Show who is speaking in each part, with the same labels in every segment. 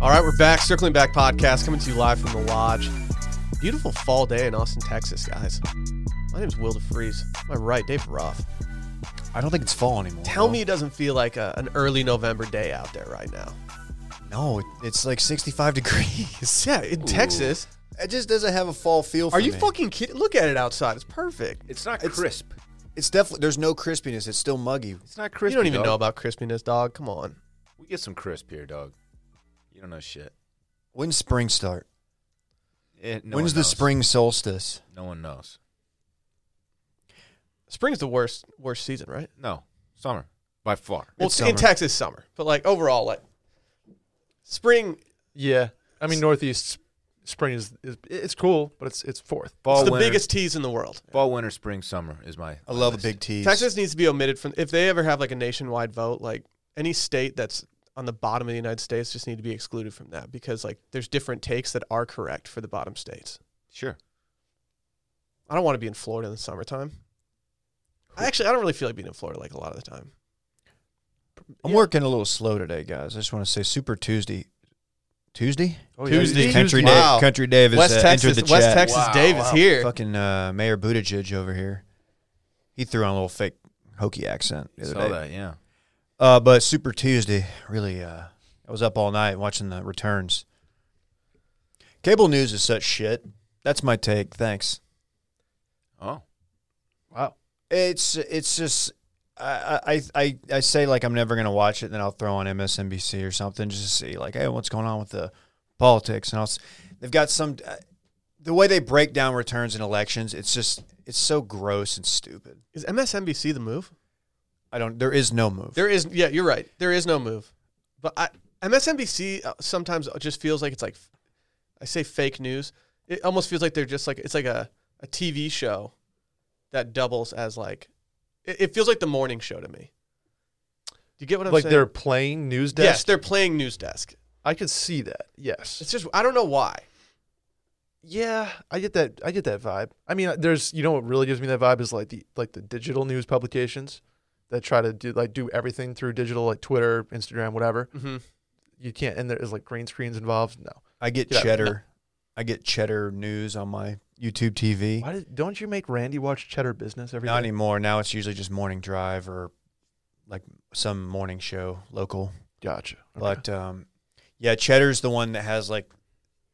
Speaker 1: All right, we're back. Circling Back podcast coming to you live from the lodge. Beautiful fall day in Austin, Texas, guys. My name's Will DeFries. Am I right? Dave Roth.
Speaker 2: I don't think it's fall anymore.
Speaker 1: Tell
Speaker 2: though.
Speaker 1: me it doesn't feel like a, an early November day out there right now.
Speaker 2: No, it- it's like 65 degrees.
Speaker 1: Yeah, in Texas.
Speaker 2: It just doesn't have a fall feel. For
Speaker 1: Are you
Speaker 2: me.
Speaker 1: fucking kidding? Look at it outside. It's perfect.
Speaker 3: It's not
Speaker 2: It's-
Speaker 3: crisp.
Speaker 2: It's definitely there's no crispiness. It's still muggy.
Speaker 3: It's not crisp.
Speaker 1: you don't even know about crispiness, dog. Come on.
Speaker 3: We get some crisp here, dog. You don't know shit.
Speaker 2: When's spring start?
Speaker 3: Eh, no
Speaker 2: When's the
Speaker 3: one knows.
Speaker 2: spring solstice?
Speaker 3: No one knows.
Speaker 1: Spring's the worst worst season, right?
Speaker 3: No, summer by far.
Speaker 1: Well,
Speaker 2: It's
Speaker 1: in
Speaker 2: summer.
Speaker 1: Texas, summer. But like overall, like spring
Speaker 4: Yeah, I mean Northeast spring is, is it's cool, but it's it's fourth.
Speaker 3: Fall,
Speaker 1: is the
Speaker 3: winter,
Speaker 1: biggest tease in the world.
Speaker 3: fall, winter, spring, summer is my.
Speaker 2: I love
Speaker 3: my
Speaker 2: a big
Speaker 3: list.
Speaker 2: tease.
Speaker 1: Texas needs to be omitted from if they ever have like a nationwide vote, like any state that's on the bottom of the United States just need to be excluded from that because like there's different takes that are correct for the bottom states.
Speaker 3: Sure.
Speaker 1: I don't want to be in Florida in the summertime. I actually I don't really feel like being in Florida like a lot of the time.
Speaker 2: I'm working a little slow today, guys. I just want to say Super Tuesday. Tuesday?
Speaker 4: Oh,
Speaker 1: Tuesday. Tuesday.
Speaker 2: Country Dave,
Speaker 1: Wow.
Speaker 2: Country Dave has
Speaker 1: West
Speaker 2: uh,
Speaker 1: Texas,
Speaker 2: entered the
Speaker 1: West
Speaker 2: chat.
Speaker 1: Texas Dave is here.
Speaker 2: Fucking uh, Mayor Buttigieg over here. He threw on a little fake hokey accent the other
Speaker 3: Saw
Speaker 2: day.
Speaker 3: that, yeah.
Speaker 2: Uh, but Super Tuesday, really, uh, I was up all night watching the returns. Cable news is such shit. That's my take. Thanks.
Speaker 3: Oh,
Speaker 4: Wow.
Speaker 2: It's it's just I I I, I say like I'm never gonna watch it, then I'll throw on MSNBC or something just to see like hey what's going on with the politics and I'll, s- they've got some uh, the way they break down returns in elections. It's just it's so gross and stupid.
Speaker 1: Is MSNBC the move?
Speaker 2: I don't. There is no move.
Speaker 1: There is yeah, you're right. There is no move. But I MSNBC uh, sometimes just feels like it's like I say fake news. It almost feels like they're just like it's like a, a TV show that doubles as like it, it feels like the morning show to me. Do you get what I'm
Speaker 4: Like
Speaker 1: saying?
Speaker 4: they're playing news desk.
Speaker 1: Yes, they're playing news desk.
Speaker 4: I could see that. Yes.
Speaker 1: It's just I don't know why.
Speaker 4: Yeah, I get that. I get that vibe. I mean, uh, there's you know what really gives me that vibe is like the like the digital news publications that try to do like do everything through digital like Twitter, Instagram, whatever.
Speaker 1: Mhm.
Speaker 4: You can't and there's like green screens involved. No.
Speaker 2: I get
Speaker 4: Yeah.
Speaker 2: cheddar. I get cheddar news on my YouTube TV.
Speaker 4: Why did, don't you make Randy watch Cheddar Business every
Speaker 2: Not
Speaker 4: day?
Speaker 2: anymore. Now it's usually just morning drive or like some morning show local.
Speaker 4: Gotcha. Okay.
Speaker 2: But um, yeah, cheddar's the one that has like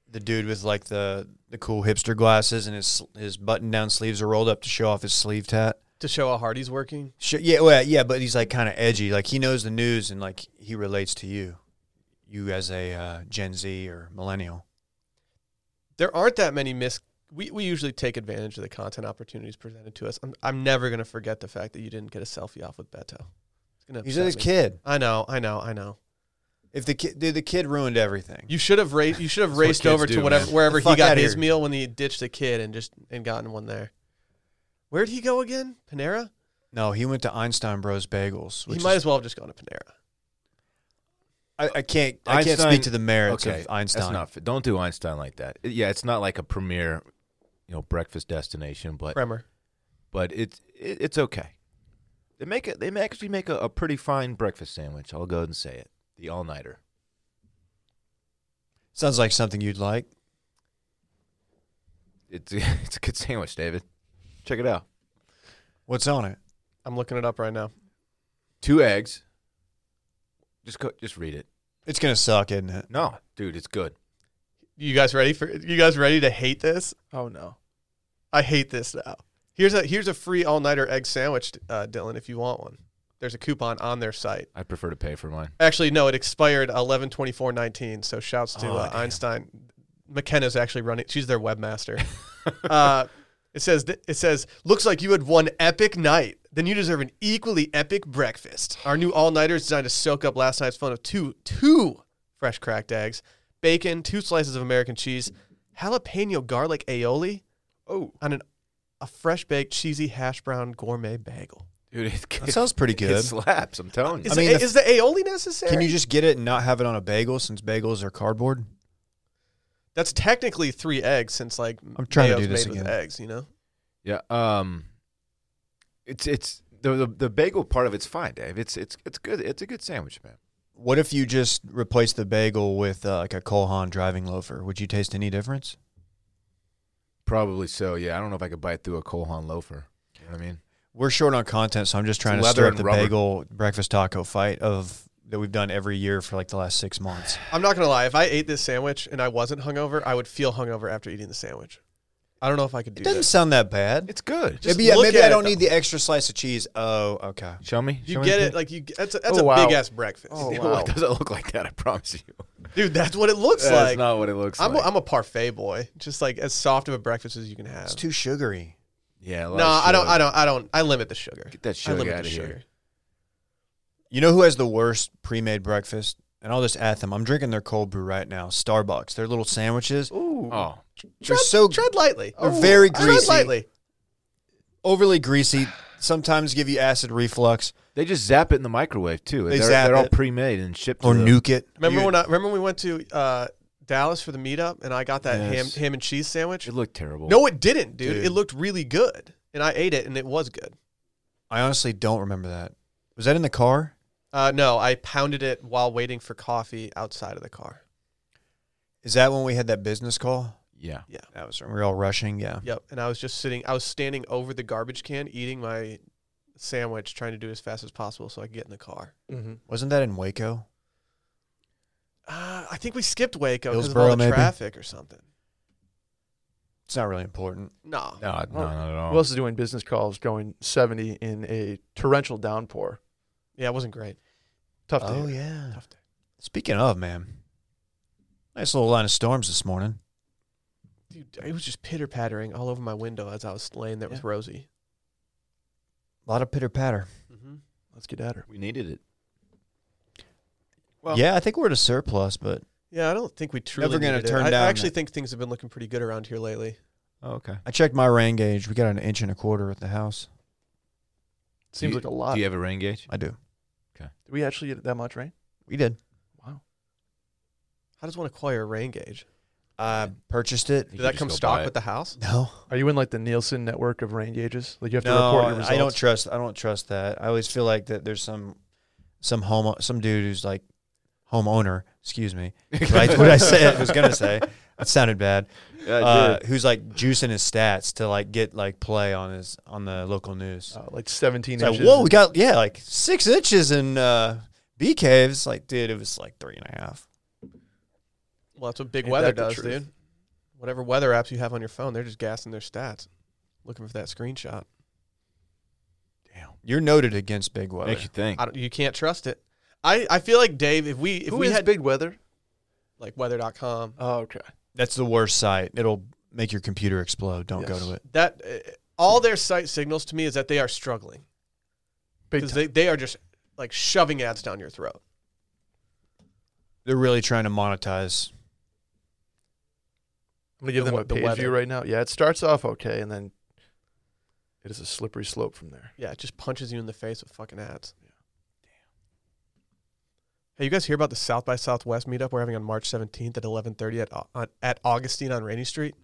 Speaker 2: the dude with like the the cool hipster glasses and his his button down sleeves are rolled up to show off his sleeve tat.
Speaker 1: To show how hard he's working.
Speaker 2: Sh yeah, well, yeah, but he's like kind of edgy. Like he knows the news and like he relates to you, you as a uh, Gen Z or millennial.
Speaker 1: There aren't that many mis we, we usually take advantage of the content opportunities presented to us. I'm, I'm never gonna forget the fact that you didn't get a selfie off with Beto. It's gonna
Speaker 2: He's
Speaker 1: upset
Speaker 2: his
Speaker 1: me.
Speaker 2: kid.
Speaker 1: I know, I know, I know.
Speaker 2: If the kid, dude, the kid ruined everything.
Speaker 1: You should have raced. You should have
Speaker 3: That's what
Speaker 1: raced
Speaker 3: kids
Speaker 1: over
Speaker 3: do,
Speaker 1: to whatever
Speaker 3: man.
Speaker 1: wherever
Speaker 2: The
Speaker 1: he
Speaker 2: fuck
Speaker 1: got
Speaker 2: outta
Speaker 1: his
Speaker 2: here.
Speaker 1: meal when he ditched the kid and just and gotten one there. Where'd he go again? Panera.
Speaker 2: No, he went to Einstein Bros Bagels. Which
Speaker 1: he might
Speaker 2: is-
Speaker 1: as well have just gone to Panera.
Speaker 2: I, I can't. I can't
Speaker 3: Einstein-
Speaker 2: speak to the merits
Speaker 3: okay,
Speaker 2: of Einstein.
Speaker 3: That's not. fa- Don't do Einstein like that. It- yeah, it's not like a premier, you know, breakfast destination, but
Speaker 1: Bremer.
Speaker 3: but it's it, it's okay. They make it. They ma- actually make a, a pretty fine breakfast sandwich. I'll go ahead and say it. The all nighter.
Speaker 2: Sounds like something you'd like.
Speaker 3: It's it's a good sandwich, David. Check it out.
Speaker 2: What's on it?
Speaker 1: I'm looking it up right now.
Speaker 3: Two eggs. Just go. Just read it.
Speaker 2: It's gonna suck, isn't it?
Speaker 3: No, dude, it's good.
Speaker 1: You guys ready for? You guys ready to hate this?
Speaker 4: oh no.
Speaker 1: I hate this now. Here's a here's a free all nighter egg sandwich, uh, Dylan. If you want one, there's a coupon on their site.
Speaker 3: I prefer to pay for mine.
Speaker 1: Actually, no, it expired 11 24 19. So shouts to
Speaker 2: Oh,
Speaker 1: uh,
Speaker 2: damn.
Speaker 1: Einstein. McKenna's actually running. She's their webmaster. uh, it says th- it says looks like you had one epic night. Then you deserve an equally epic breakfast. Our new all nighter is designed to soak up last night's fun of two two fresh cracked eggs, bacon, two slices of American cheese, jalapeno garlic aioli
Speaker 4: Oh.
Speaker 1: on an a fresh baked cheesy hash brown gourmet bagel.
Speaker 3: Dude, it,
Speaker 2: That sounds pretty
Speaker 3: it,
Speaker 2: good.
Speaker 3: slaps. I'm telling you.
Speaker 1: Is,
Speaker 2: mean,
Speaker 1: the,
Speaker 2: the-
Speaker 1: is the aioli necessary?
Speaker 2: Can you just get it and not have it on a bagel since bagels are cardboard?
Speaker 1: That's technically three eggs since like
Speaker 2: I'm trying to
Speaker 1: mayo's
Speaker 2: do this
Speaker 1: made with
Speaker 2: again.
Speaker 1: eggs, you know.
Speaker 3: Yeah. Um, it's it's the, the the bagel part of it's fine, Dave. It's it's it's good. It's a good sandwich, man.
Speaker 2: What if you just replace the bagel with uh, like a Colhan driving loafer? Would you taste any difference?
Speaker 3: Probably so. Yeah, I don't know if I could bite through a Kohan loafer. You know what I mean?
Speaker 2: We're short on content, so I'm just trying
Speaker 3: It's
Speaker 2: to
Speaker 3: leather
Speaker 2: stir up
Speaker 3: and
Speaker 2: the
Speaker 3: rubber.
Speaker 2: bagel breakfast taco fight of that we've done every year for like the last six months.
Speaker 1: I'm not gonna lie. If I ate this sandwich and I wasn't hungover, I would feel hungover after eating the sandwich. I don't know if I could do
Speaker 2: It doesn't
Speaker 1: that.
Speaker 2: sound that bad.
Speaker 3: It's good.
Speaker 1: Just
Speaker 2: maybe uh,
Speaker 1: look
Speaker 2: maybe
Speaker 1: at
Speaker 2: I
Speaker 1: it,
Speaker 2: don't
Speaker 1: though.
Speaker 2: need the extra slice of cheese. Oh, okay.
Speaker 3: show me.
Speaker 1: You
Speaker 3: Show me
Speaker 1: get
Speaker 3: the
Speaker 1: it?
Speaker 3: thing.
Speaker 1: Like you, that's a, that's
Speaker 4: Oh,
Speaker 1: a
Speaker 4: wow.
Speaker 1: big ass breakfast,
Speaker 4: Oh,
Speaker 1: dude.
Speaker 4: wow.
Speaker 3: Well, it doesn't look like that. I promise you.
Speaker 1: dude. That's what it looks
Speaker 3: That's
Speaker 1: like.
Speaker 3: not what it looks
Speaker 1: I'm a,
Speaker 3: like.
Speaker 1: I'm a parfait boy, just like as soft of a breakfast as you can have.
Speaker 2: It's too sugary.
Speaker 3: yeah. a lot
Speaker 1: No,
Speaker 3: of
Speaker 1: I don't.
Speaker 3: sugar.
Speaker 1: I don't. I don't. I limit the sugar.
Speaker 3: Get that
Speaker 1: I
Speaker 3: sugar
Speaker 1: limit
Speaker 3: out
Speaker 1: the
Speaker 3: of here.
Speaker 1: sugar.
Speaker 2: You know who has the worst pre-made breakfast? And I'll just at them. I'm drinking their cold brew right now. Starbucks. Their little sandwiches.
Speaker 4: Ooh.
Speaker 3: Oh,
Speaker 2: They're so
Speaker 1: tread lightly.
Speaker 2: they're very
Speaker 1: Tread
Speaker 2: greasy,
Speaker 1: lightly.
Speaker 2: overly greasy. Sometimes give you acid reflux
Speaker 3: they just zap it in the microwave too.
Speaker 2: They
Speaker 3: are
Speaker 2: zap
Speaker 3: they're all
Speaker 2: it.
Speaker 3: pre-made and shipped.
Speaker 2: or
Speaker 3: to the-
Speaker 2: nuke it.
Speaker 1: Remember
Speaker 2: You-
Speaker 1: when I remember when we went to uh, Dallas for the meetup and I got that ham
Speaker 3: Yes.
Speaker 1: ham and cheese sandwich?
Speaker 3: It looked terrible.
Speaker 1: No, it didn't, dude.
Speaker 2: Dude.
Speaker 1: It looked really good, and I ate it, and it was good.
Speaker 2: I honestly don't remember that. Was that in the car?
Speaker 1: Uh, no, I pounded it while waiting for coffee outside of the car.
Speaker 2: Is that when we had that business call?
Speaker 3: Yeah.
Speaker 2: That was when we were all rushing. Yeah.
Speaker 1: Yep, and I was just sitting. I was standing over the garbage can, eating my sandwich, trying to do it as fast as possible so I could get in the car.
Speaker 4: Mhm.
Speaker 2: Wasn't that in Waco?
Speaker 1: Uh, I think we skipped Waco because of all
Speaker 2: Hillsboro,
Speaker 1: the
Speaker 2: maybe?
Speaker 1: traffic or something.
Speaker 2: It's not really important.
Speaker 1: No,
Speaker 3: No,
Speaker 2: Oh.
Speaker 3: no, not at all.
Speaker 4: Who else is doing business calls going 70 in a torrential downpour?
Speaker 1: yeah, it wasn't great.
Speaker 4: Tough to
Speaker 2: Oh
Speaker 4: hear.
Speaker 2: yeah.
Speaker 1: Tough day.
Speaker 2: Speaking of, man, nice little line of storms this morning.
Speaker 1: Dude, it was just pitter pattering all over my window as I was laying there with Rosie.
Speaker 2: A lot of pitter patter.
Speaker 1: Mm-hmm.
Speaker 4: Let's get at her.
Speaker 3: we needed it.
Speaker 1: Well-
Speaker 2: yeah, I think we're at a surplus, but
Speaker 1: Yeah, I don't think we truly.
Speaker 2: Never gonna
Speaker 1: needed it.
Speaker 2: turn
Speaker 1: I,
Speaker 2: down
Speaker 1: I actually
Speaker 2: that-
Speaker 1: think things have been looking pretty good around here lately.
Speaker 3: Oh, okay.
Speaker 2: I checked my rain gauge. We got an inch and a quarter at the house.
Speaker 4: Seems
Speaker 3: you-
Speaker 4: like a lot.
Speaker 3: Do you have a rain gauge?
Speaker 2: I do.
Speaker 4: Did we actually get that much rain?
Speaker 2: We did.
Speaker 4: Wow.
Speaker 1: How does one acquire a rain gauge?
Speaker 2: I purchased it.
Speaker 1: Did
Speaker 3: You could
Speaker 1: that
Speaker 3: just
Speaker 1: come
Speaker 3: go
Speaker 1: stock
Speaker 3: buy
Speaker 1: with the house?
Speaker 2: No,
Speaker 4: Are you in like the Nielsen network of rain gauges? Like you have to
Speaker 2: no,
Speaker 4: report your
Speaker 2: I-
Speaker 4: results.
Speaker 2: I don't trust. I don't trust that. I always feel like that. There's some, some home, some dude who's like, homeowner. Excuse me.
Speaker 3: it.
Speaker 2: Right? what I said I was gonna say. That sounded bad.
Speaker 3: Yeah, it
Speaker 2: Uh,
Speaker 3: did.
Speaker 2: who's like juicing his stats to like get like play on his on the local news.
Speaker 4: Uh, like 17
Speaker 2: It's like,
Speaker 4: inches.
Speaker 2: whoa, we got yeah, like six inches in uh, bee caves. Like, dude, it was like three and a half.
Speaker 1: Well, that's what Big
Speaker 4: Ain't
Speaker 1: Weather
Speaker 4: that the
Speaker 1: does,
Speaker 4: truth?
Speaker 1: dude. Whatever weather apps you have on your phone, they're just gassing their stats, looking for that screenshot.
Speaker 2: You're noted against big weather.
Speaker 3: Make you think.
Speaker 1: I don't, you can't trust it. I, I feel like Dave, if we if
Speaker 4: Who
Speaker 1: we
Speaker 4: is
Speaker 1: had
Speaker 4: big weather?
Speaker 1: like weather.com,
Speaker 4: Oh, okay.
Speaker 2: That's the worst site. It'll make your computer explode. Don't go
Speaker 4: Yes.
Speaker 2: to it.
Speaker 1: that uh, all their site signals to me is that they are struggling
Speaker 4: Big
Speaker 1: because they, they are just like shoving ads down your throat.
Speaker 2: They're really trying to monetize.
Speaker 4: I'm gonna give
Speaker 1: The
Speaker 4: them
Speaker 1: wea-
Speaker 4: a
Speaker 1: the
Speaker 4: page
Speaker 1: weather.
Speaker 4: view right now. Yeah, it starts off okay, and then it is a slippery slope from there.
Speaker 1: Yeah, it just punches you in the face with fucking ads. Yeah. Damn. Hey, you guys hear about the South by Southwest meetup we're having on March 17th at 11:30 at Au- on, at Augustine on Rainy Street?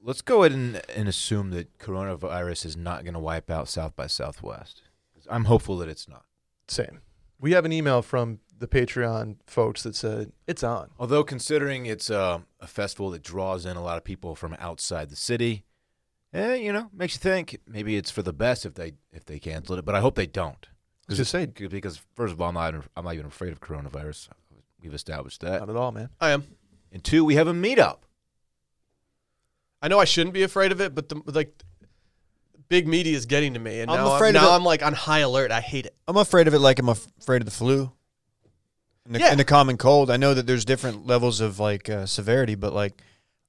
Speaker 3: Let's go ahead and, and assume that coronavirus is not going to wipe out South by Southwest. 'Cause I'm hopeful that it's not.
Speaker 4: Same. We have an email from the Patreon folks that said it's on.
Speaker 3: Although, considering it's uh, a festival that draws in a lot of people from outside the city, eh, you know, makes you think maybe it's for the best if they if they cancel it. But I hope they don't.
Speaker 4: Just say
Speaker 3: Because- Because first of all, I'm not I'm not even afraid of coronavirus. We've established that.
Speaker 1: Um,
Speaker 4: not at all, man.
Speaker 1: I am.
Speaker 3: And two, we have a meetup.
Speaker 1: I know I shouldn't be afraid of it, but the like big media is getting to me and
Speaker 2: I'm
Speaker 1: now
Speaker 2: afraid of
Speaker 1: I'm, now
Speaker 2: it.
Speaker 1: I'm like on high alert. I hate it.
Speaker 2: I'm afraid of it like I'm af- afraid of the flu. And the,
Speaker 1: Yeah.
Speaker 2: and the common cold. I know that there's different levels of like uh, severity, but like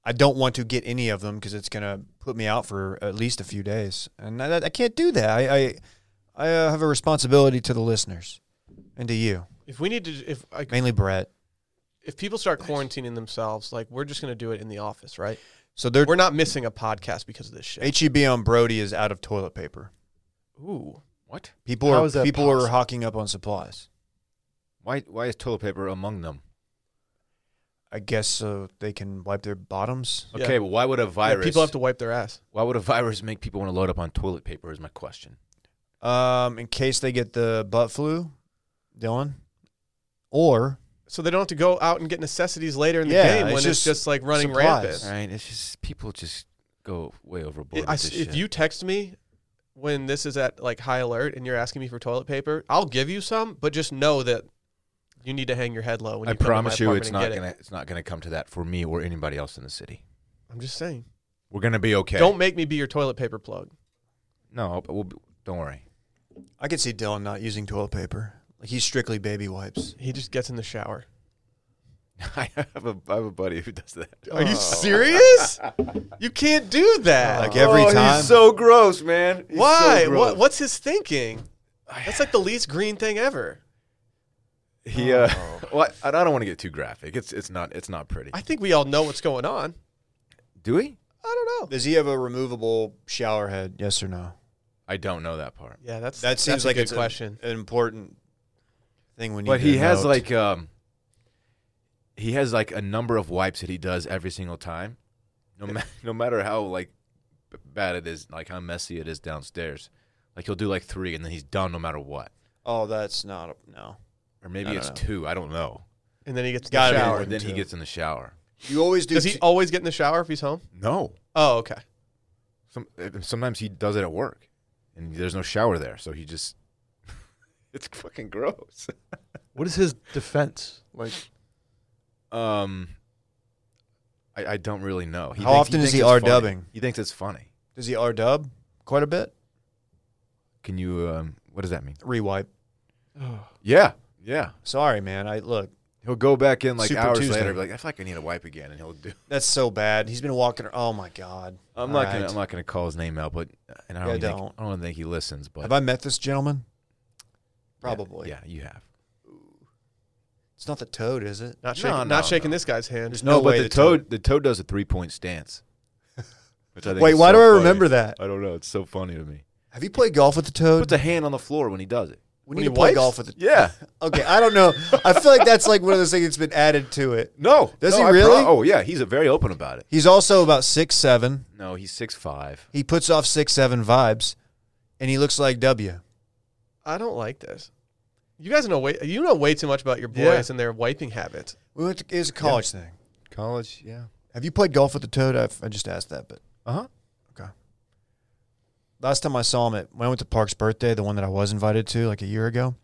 Speaker 2: I don't want to get any of them because it's gonna put me out for at least a few days, and I, I can't do that. I I, I uh, have a responsibility to the listeners and to you,
Speaker 1: If we need to if like,
Speaker 2: mainly Brett.
Speaker 1: if people start quarantining themselves, like we're just going to do it in the office, right?
Speaker 2: So they're
Speaker 1: We're not missing a podcast because of this shit.
Speaker 2: HEB on Brody is out of toilet paper.
Speaker 1: Ooh.
Speaker 3: What?
Speaker 2: People
Speaker 4: How
Speaker 2: are
Speaker 4: is that
Speaker 2: people are
Speaker 4: possible?
Speaker 2: hocking up on supplies.
Speaker 3: Why why is toilet paper among them?
Speaker 2: I guess so they can wipe their bottoms.
Speaker 1: Yeah.
Speaker 3: Okay, but why would a
Speaker 1: Yeah,
Speaker 3: virus?
Speaker 1: people have to wipe their ass.
Speaker 3: Why would a virus make people want to load up on toilet paper? Is my question.
Speaker 2: Um, in case they get the butt flu, Dylan. or
Speaker 1: so they don't have to go out and get necessities later in the
Speaker 2: Yeah,
Speaker 1: game
Speaker 2: it's
Speaker 1: when it's
Speaker 2: just
Speaker 1: just like running
Speaker 2: supplies.
Speaker 1: rampant.
Speaker 3: Right? It's just people just go way overboard.
Speaker 1: I-
Speaker 3: with this
Speaker 1: if
Speaker 3: shit.
Speaker 1: you text me when this is at like high alert and you're asking me for toilet paper, I'll give you some, but just know that you need to hang your head low. When
Speaker 3: I
Speaker 1: you come to my
Speaker 3: promise you,
Speaker 1: apartment
Speaker 3: it's
Speaker 1: and
Speaker 3: not
Speaker 1: get it.
Speaker 3: gonna it's not gonna come to that for me or anybody else in the city.
Speaker 1: I'm just saying.
Speaker 3: We're gonna be okay.
Speaker 1: Don't make me be your toilet paper plug.
Speaker 3: no, but we'll be, don't worry.
Speaker 2: I could see Dylan not using toilet paper. Like he's strictly baby wipes.
Speaker 1: He just gets in the shower.
Speaker 3: I have a I have a buddy who does that.
Speaker 1: Are you serious? you can't do that.
Speaker 2: Oh. Like every time.
Speaker 3: Oh, so gross, man. He's so
Speaker 1: Why?
Speaker 3: gross.
Speaker 1: what, what's his thinking? That's like the least green thing ever.
Speaker 3: He uh, well, I, I don't want to get too graphic. It's it's not it's not pretty.
Speaker 1: I think we all know what's going on.
Speaker 3: Do we?
Speaker 1: I don't know.
Speaker 2: Does he have a removable shower head? Yes or no?
Speaker 3: I don't know that part.
Speaker 1: Yeah, that's
Speaker 2: That seems
Speaker 1: that's a
Speaker 2: like
Speaker 1: good
Speaker 2: it's a-
Speaker 1: question.
Speaker 2: An important thing we need.
Speaker 3: But
Speaker 2: to
Speaker 3: he has
Speaker 2: note.
Speaker 3: like um, he has like a number of wipes that he does every single time, no ma- no matter how like b- bad it is, like how messy it is downstairs. Like he'll do like three and then he's done no matter what.
Speaker 2: Oh, that's not a, no.
Speaker 3: Or maybe
Speaker 2: I don't
Speaker 3: it's
Speaker 2: know.
Speaker 3: two. I don't know.
Speaker 1: and then he gets in
Speaker 2: Gotta
Speaker 1: the
Speaker 2: be
Speaker 1: shower.
Speaker 3: Or then he
Speaker 2: two.
Speaker 3: gets in the shower.
Speaker 2: You always do.
Speaker 1: Does he
Speaker 2: t-
Speaker 1: always get in the shower if he's home?
Speaker 3: No.
Speaker 1: Oh, okay.
Speaker 3: Some, uh, sometimes he does it at work, and there's no shower there, so he just. it's fucking gross.
Speaker 4: What is his defense? Like,
Speaker 3: Um, I, I don't really know.
Speaker 2: How
Speaker 3: thinks-
Speaker 2: often is
Speaker 3: thinks
Speaker 2: he
Speaker 3: it's funny.
Speaker 2: R-dubbing?
Speaker 3: He thinks it's funny.
Speaker 2: does he r dub quite a bit?
Speaker 3: Can you? Um, what does that mean?
Speaker 2: Rewipe.
Speaker 4: Oh.
Speaker 3: Yeah, yeah.
Speaker 2: Sorry, man. I look.
Speaker 3: He'll go back in like
Speaker 2: Super
Speaker 3: hours
Speaker 2: Tuesday.
Speaker 3: later, be like, I feel like I need a wipe again, and he'll do.
Speaker 2: That's so bad. He's been walking. Oh my god.
Speaker 3: I'm
Speaker 2: All
Speaker 3: not gonna,
Speaker 2: right.
Speaker 3: I'm not gonna call his name out, but and I
Speaker 2: Yeah,
Speaker 3: don't, think,
Speaker 2: don't.
Speaker 3: I don't think he listens. But
Speaker 2: Have I met this gentleman?
Speaker 3: yeah,
Speaker 2: Probably.
Speaker 3: yeah, you have.
Speaker 2: It's not the toad, is it?
Speaker 1: Not shaking,
Speaker 3: No, no,
Speaker 1: not shaking
Speaker 3: no.
Speaker 1: this guy's hand.
Speaker 2: There's no,
Speaker 3: but
Speaker 2: way
Speaker 3: the, toad, the toad does a three point stance. Which I think
Speaker 2: Wait,
Speaker 3: is
Speaker 2: why
Speaker 3: so
Speaker 2: do I
Speaker 3: funny.
Speaker 2: remember that?
Speaker 3: I don't know. It's so funny to me.
Speaker 2: Have you played golf with the toad?
Speaker 3: Puts a hand on the floor when he does it.
Speaker 2: we
Speaker 1: when
Speaker 2: need
Speaker 1: he
Speaker 2: to play
Speaker 1: wipes?
Speaker 2: golf with the.
Speaker 3: Yeah.
Speaker 2: Okay, I don't know. I feel like that's like one of those things that's been added to it.
Speaker 3: No.
Speaker 2: Does
Speaker 3: no,
Speaker 2: he
Speaker 3: I pro-
Speaker 2: really?
Speaker 3: oh yeah, he's a very open about it.
Speaker 2: He's also about six seven.
Speaker 3: No, he's six five.
Speaker 2: He puts off six seven vibes, and he looks like W.
Speaker 1: I don't like this. You guys know way you know way too much about your boys
Speaker 4: Yeah.
Speaker 1: and their wiping habits.
Speaker 2: We went. To, it was a college thing.
Speaker 3: College, yeah.
Speaker 2: Have you played golf with the toad? I've, I just asked that, but
Speaker 3: Uh huh.
Speaker 2: last time I saw him at when I went to Park's birthday, the one that I was invited to like a year ago.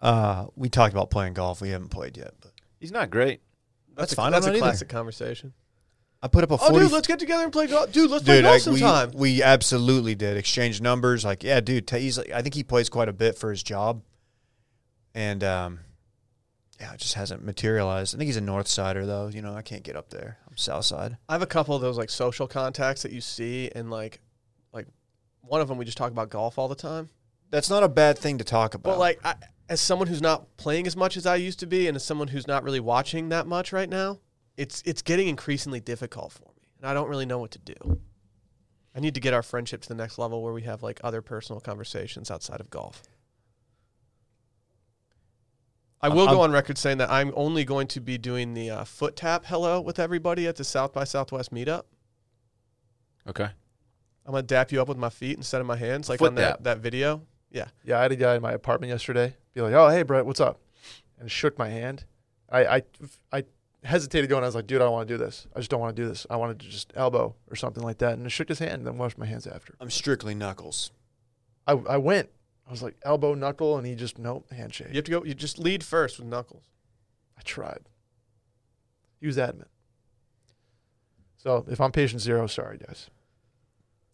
Speaker 2: Uh, we talked about playing golf. We haven't played yet, but
Speaker 3: He's not great.
Speaker 2: That's
Speaker 1: a,
Speaker 2: fine,
Speaker 1: That's
Speaker 2: I'm
Speaker 1: a
Speaker 2: not either.
Speaker 1: classic conversation.
Speaker 2: I put up a
Speaker 1: Oh,
Speaker 2: forty.
Speaker 1: dude, let's get together and play golf. Dude, let's play
Speaker 2: Dude,
Speaker 1: golf
Speaker 2: I- we-
Speaker 1: sometime.
Speaker 2: we, absolutely did exchange numbers. Like, yeah, dude, ta- he's like, I think he plays quite a bit for his job, and um, yeah, it just hasn't materialized. I think he's a North Sider though. You know, I can't get up there. I'm South Side.
Speaker 1: I have a couple of those like social contacts that you see and like like one of them we just talk about golf all the time.
Speaker 2: That's not a bad thing to talk about.
Speaker 1: But like I, as someone who's not playing as much as I used to be and as someone who's not really watching that much right now, it's it's getting increasingly difficult for me. And I don't really know what to do. I need to get our friendship to the next level where we have like other personal conversations outside of golf. I will
Speaker 2: I'm-
Speaker 1: go on record saying that I'm only going to be doing the uh, foot tap hello with everybody at the South by Southwest meetup.
Speaker 3: Okay.
Speaker 1: I'm gonna dap you up with my feet instead of my hands, like
Speaker 3: Foot
Speaker 1: on that,
Speaker 3: dap.
Speaker 1: that video. Yeah,
Speaker 4: yeah, I had a guy in my apartment yesterday be like, "Oh, hey, Brett, what's up?" and shook my hand. I I, I hesitated going. I was like, "Dude, I don't want to do this. I just don't want to do this. I wanted to just elbow or something like that." And I shook his hand and then washed my hands after.
Speaker 2: I'm strictly knuckles.
Speaker 4: I I went. I was like elbow knuckle, and he just nope handshake.
Speaker 1: you have to go. You just lead first with knuckles.
Speaker 4: I tried. He was adamant. So if I'm patient zero, sorry guys.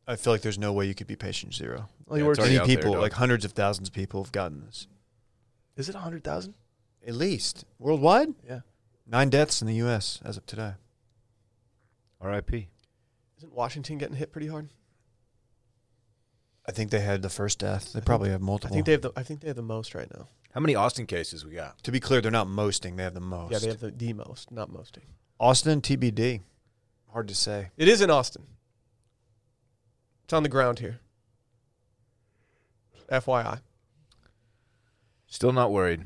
Speaker 2: I feel like there's no way you could be patient zero.
Speaker 4: Only
Speaker 3: Yeah,
Speaker 4: works-
Speaker 3: it's already
Speaker 2: Many
Speaker 3: out there,
Speaker 2: people,
Speaker 3: dog.
Speaker 2: like hundreds of thousands of people, have gotten this.
Speaker 4: Is it a hundred thousand?
Speaker 2: At least worldwide,
Speaker 4: Yeah.
Speaker 2: nine deaths in the U.S. as of today.
Speaker 3: R.I.P.
Speaker 1: Isn't Washington getting hit pretty hard?
Speaker 2: I think they had the first death. They probably have
Speaker 1: I
Speaker 2: multiple.
Speaker 1: think they have the. I think they have the most right now.
Speaker 3: How many Austin cases we got?
Speaker 2: to be clear, they're not mosting. They have the most.
Speaker 1: Yeah, they have the, the most, not mosting.
Speaker 2: Austin TBD. Hard to say.
Speaker 1: It is in Austin. It's on the ground here. FYI,
Speaker 3: Still not worried.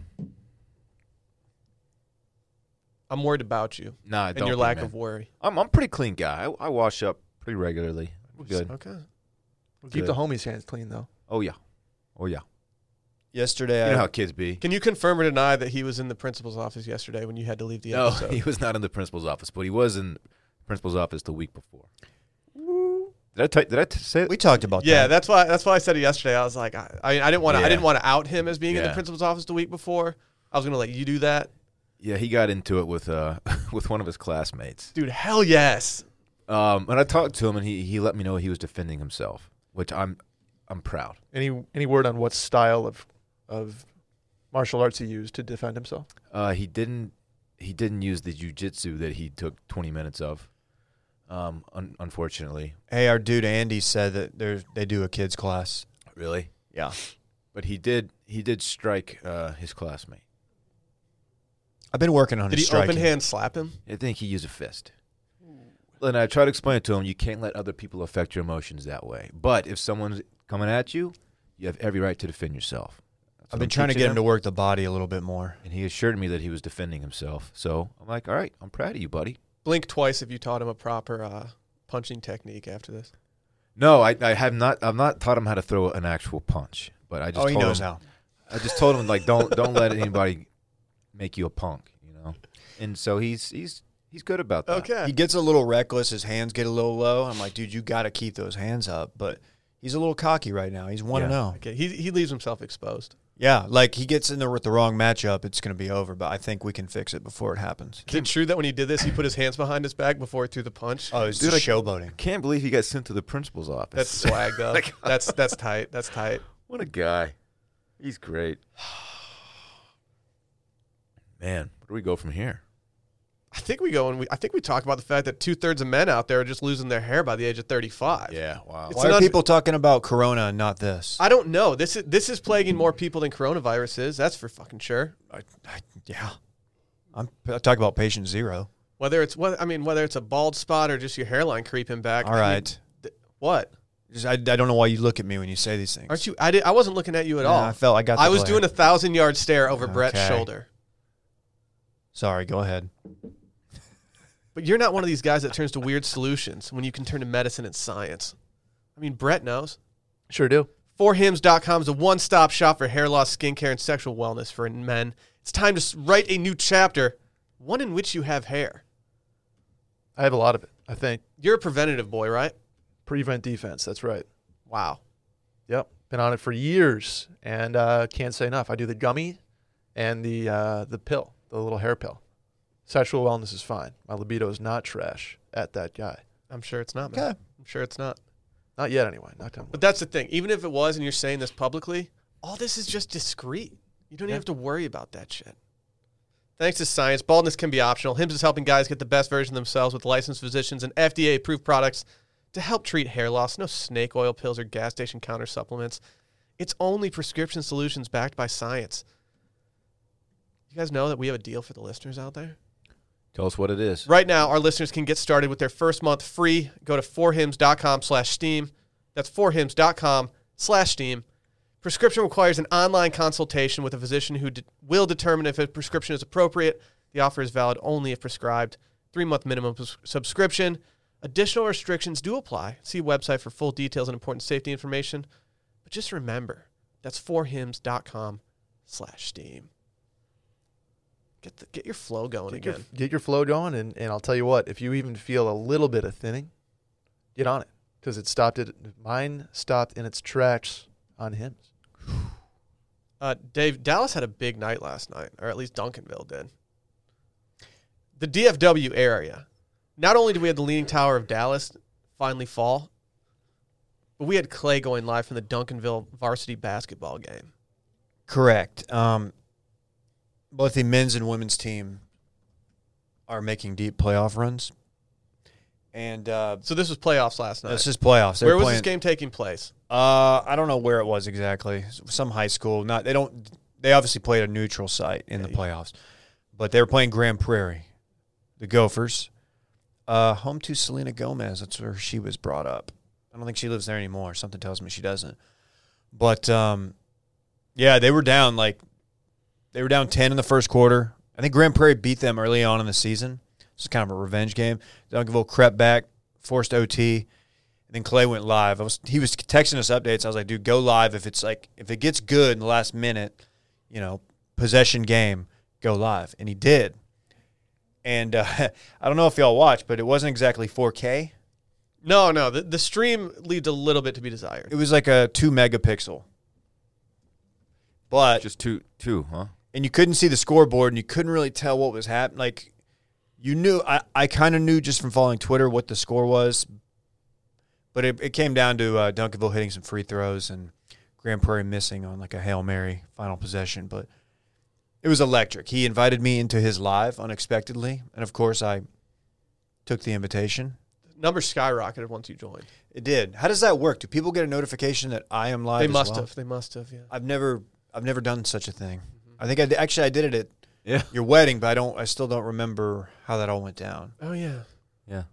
Speaker 1: I'm worried about you
Speaker 3: Nah, I
Speaker 1: and
Speaker 3: don't
Speaker 1: your
Speaker 3: be,
Speaker 1: lack
Speaker 3: man.
Speaker 1: of worry.
Speaker 3: I'm I'm a pretty clean guy. I, I wash up pretty regularly. We're good.
Speaker 1: Okay.
Speaker 4: Keep
Speaker 3: Good.
Speaker 4: the homies' hands clean though.
Speaker 3: Oh yeah, oh yeah.
Speaker 2: yesterday.
Speaker 3: You know
Speaker 2: I,
Speaker 3: how kids be.
Speaker 1: Can you confirm or deny that he was in the principal's office yesterday when you had to leave the
Speaker 3: No,
Speaker 1: episode?
Speaker 3: he was not in the principal's office, but he was in the principal's office the week before. Did I t- did I t- say
Speaker 2: we talked about
Speaker 1: yeah,
Speaker 2: that.
Speaker 1: that's why. That's why I said it yesterday. I was like, I, I, mean, I didn't want to.
Speaker 3: Yeah.
Speaker 1: I didn't want to out him as being in the
Speaker 3: Yeah.
Speaker 1: principal's office the week before. I was gonna let you do that,
Speaker 3: Yeah, he got into it with uh with one of his classmates.
Speaker 1: dude. Hell yes.
Speaker 3: Um, and I talked to him, and he he let me know he was defending himself, which I'm I'm proud.
Speaker 4: Any any word on what style of of martial arts he used to defend himself?
Speaker 3: Uh, he didn't he didn't use the jujitsu that he took 20 minutes of. Um, un- unfortunately,
Speaker 2: Hey, our dude Andy said that there's they do a kids class.
Speaker 3: really.
Speaker 2: Yeah.
Speaker 3: But he did he did strike uh, his classmate.
Speaker 2: I've been working on
Speaker 1: Did
Speaker 2: his
Speaker 1: he
Speaker 2: striking.
Speaker 1: open hand slap him?
Speaker 3: I think he used a fist. And I try to explain it to him. You can't let other people affect your emotions that way. But if someone's coming at you, you have every right to defend yourself. That's
Speaker 2: I've
Speaker 3: what
Speaker 2: been
Speaker 3: I'm
Speaker 2: trying to
Speaker 3: teaching
Speaker 2: get him to work the body a little bit more.
Speaker 3: And he assured me that he was defending himself. So I'm like, all right, I'm proud of you, buddy.
Speaker 1: Blink twice if you taught him a proper uh, punching technique after this.
Speaker 3: No, I, I have not. I've not taught him how to throw an actual punch. But I just
Speaker 2: Oh, he
Speaker 3: told
Speaker 2: knows
Speaker 3: him,
Speaker 2: how.
Speaker 3: I just told him like don't don't let anybody make you a punk, you know. And so he's he's he's good about that.
Speaker 1: Okay.
Speaker 2: He gets a little reckless. His hands get a little low. I'm like, dude, you got to keep those hands up. But he's a little cocky right now. He's one
Speaker 3: Yeah.
Speaker 2: and zero.
Speaker 1: Okay, he he leaves himself exposed.
Speaker 2: Yeah, like he gets in there with the wrong matchup, it's going to be over. But I think we can fix it before it happens.
Speaker 1: Is it true that when he did this, he put his hands behind his back before he threw the punch?
Speaker 2: Oh, it's
Speaker 3: Dude,
Speaker 2: just
Speaker 3: I-
Speaker 2: showboating.
Speaker 3: Can't believe he got sent to the principal's office.
Speaker 1: That's swag though. that's that's tight. That's tight.
Speaker 3: What a guy. He's great. Man, where do we go from here?
Speaker 1: I think we go and we. I think we talk about the fact that two thirds of men out there are just losing their hair by the age of thirty five.
Speaker 3: Yeah, wow.
Speaker 1: It's-
Speaker 2: Why
Speaker 1: an
Speaker 2: are
Speaker 1: un-
Speaker 2: people talking about Corona and not this?
Speaker 1: I don't know. This is this is plaguing more people than coronavirus is. That's for fucking sure.
Speaker 2: I- yeah, I'm I talk about patient zero.
Speaker 1: Whether it's what I mean, whether it's a bald spot or just your hairline creeping back.
Speaker 2: All
Speaker 1: I mean,
Speaker 2: right,
Speaker 1: th- what?
Speaker 2: Just- I, I don't know why you look at me when you say these things.
Speaker 1: Aren't you? I did. I wasn't looking at you at
Speaker 2: Nah,
Speaker 1: all.
Speaker 2: I felt I got.
Speaker 1: I
Speaker 2: the
Speaker 1: was
Speaker 2: glare.
Speaker 1: doing a thousand yard stare over Brett's
Speaker 2: Okay.
Speaker 1: shoulder.
Speaker 2: Sorry, go ahead.
Speaker 1: But you're not one of these guys that turns to weird solutions when you can turn to medicine and science. I mean, Brett knows.
Speaker 4: Sure do.
Speaker 1: 4hims.com is a one stop shop for hair loss, skincare, and sexual wellness for men. It's time to s- write a new chapter, one in which you have hair.
Speaker 4: I have a lot of it. I think
Speaker 1: You're a preventative boy, right?
Speaker 4: prevent defense. That's right.
Speaker 1: Wow.
Speaker 4: Yep, been on it for years, and uh, can't say enough. I do the gummy, and the uh, the pill, the little hair pill. Sexual wellness is fine. My libido is not trash at that guy.
Speaker 1: I'm sure it's not, man.
Speaker 2: Okay,
Speaker 1: I'm sure it's not.
Speaker 4: Not yet, anyway. Not done.
Speaker 1: But that's the thing. Even if it was, and you're saying this publicly, all this is just discreet. You don't even have to worry about that shit. Thanks to science, baldness can be optional. Hims is helping guys get the best version of themselves with licensed physicians and FDA approved products to help treat hair loss. No snake oil pills or gas station counter supplements. It's only prescription solutions backed by science. You guys know that we have a deal for the listeners out there?
Speaker 3: Tell us what it is.
Speaker 1: Right now, our listeners can get started with their first month free. Go to 4hims.com slash steam. That's 4hims.com slash steam. Prescription requires an online consultation with a physician who de- will determine if a prescription is appropriate. The offer is valid only if prescribed. Three-month minimum pres- subscription. Additional restrictions do apply. See website for full details and important safety information. But just remember, that's 4hims.com slash steam. Get, the, get your flow going
Speaker 4: Get
Speaker 1: again.
Speaker 4: your, get your flow going, and, and I'll tell you what, if you even feel a little bit of thinning, get on it because it stopped it. Mine stopped in its tracks on Hims.
Speaker 1: Uh, Dave, Dallas had a big night last night, or at least Duncanville did. The DFW area. Not only do we have the Leaning Tower of Dallas finally fall, but we had Clay going live from the Duncanville varsity basketball game.
Speaker 2: correct. Um, both the men's and women's team are making deep playoff runs, and uh,
Speaker 1: So this was playoffs last night.
Speaker 2: this is playoffs. They're
Speaker 1: Where was this
Speaker 2: playing-
Speaker 1: game taking place?
Speaker 2: Uh, I don't know where it was exactly. S- Some high school. Not they don't. They obviously played a neutral site in the
Speaker 1: Yeah.
Speaker 2: playoffs, but they were playing Grand Prairie, the Gophers, uh, home to Selena Gomez. That's where she was brought up. I don't think she lives there anymore. Something tells me she doesn't. But um, yeah, they were down like they were down ten in the first quarter. I think Grand Prairie beat them early on in the season. This is kind of a revenge game. Duncanville crept back, forced OT. And then Clay went live. I was he was texting us updates. I was like, dude, go live if it's like if it gets good in the last minute, you know, possession game, go live. And he did. And uh, I don't know if y'all watched, but it wasn't exactly 4K.
Speaker 1: No, no. The, the stream leaves a little bit to be desired.
Speaker 2: It was like a two megapixel. But
Speaker 3: Just two, two, huh?
Speaker 2: and you couldn't see the scoreboard and you couldn't really tell what was happening. Like you knew I, I kind of knew just from following Twitter what the score was, but it, it came down to uh, Duncanville hitting some free throws and Grand Prairie missing on like a Hail Mary final possession, but it was electric. He invited me into his live unexpectedly, and of course I took the invitation.
Speaker 1: Numbers skyrocketed once you joined.
Speaker 2: It did. How does that work? Do people get a notification that I am live?
Speaker 1: They
Speaker 2: as
Speaker 1: must
Speaker 2: well?
Speaker 1: have. They must have. Yeah. Mm-hmm.
Speaker 2: I've never I've never done such a thing. I think I d- actually I did it at
Speaker 3: Yeah.
Speaker 2: your wedding, but I don't. I still don't remember how that all went down.
Speaker 1: Oh yeah.
Speaker 3: Yeah.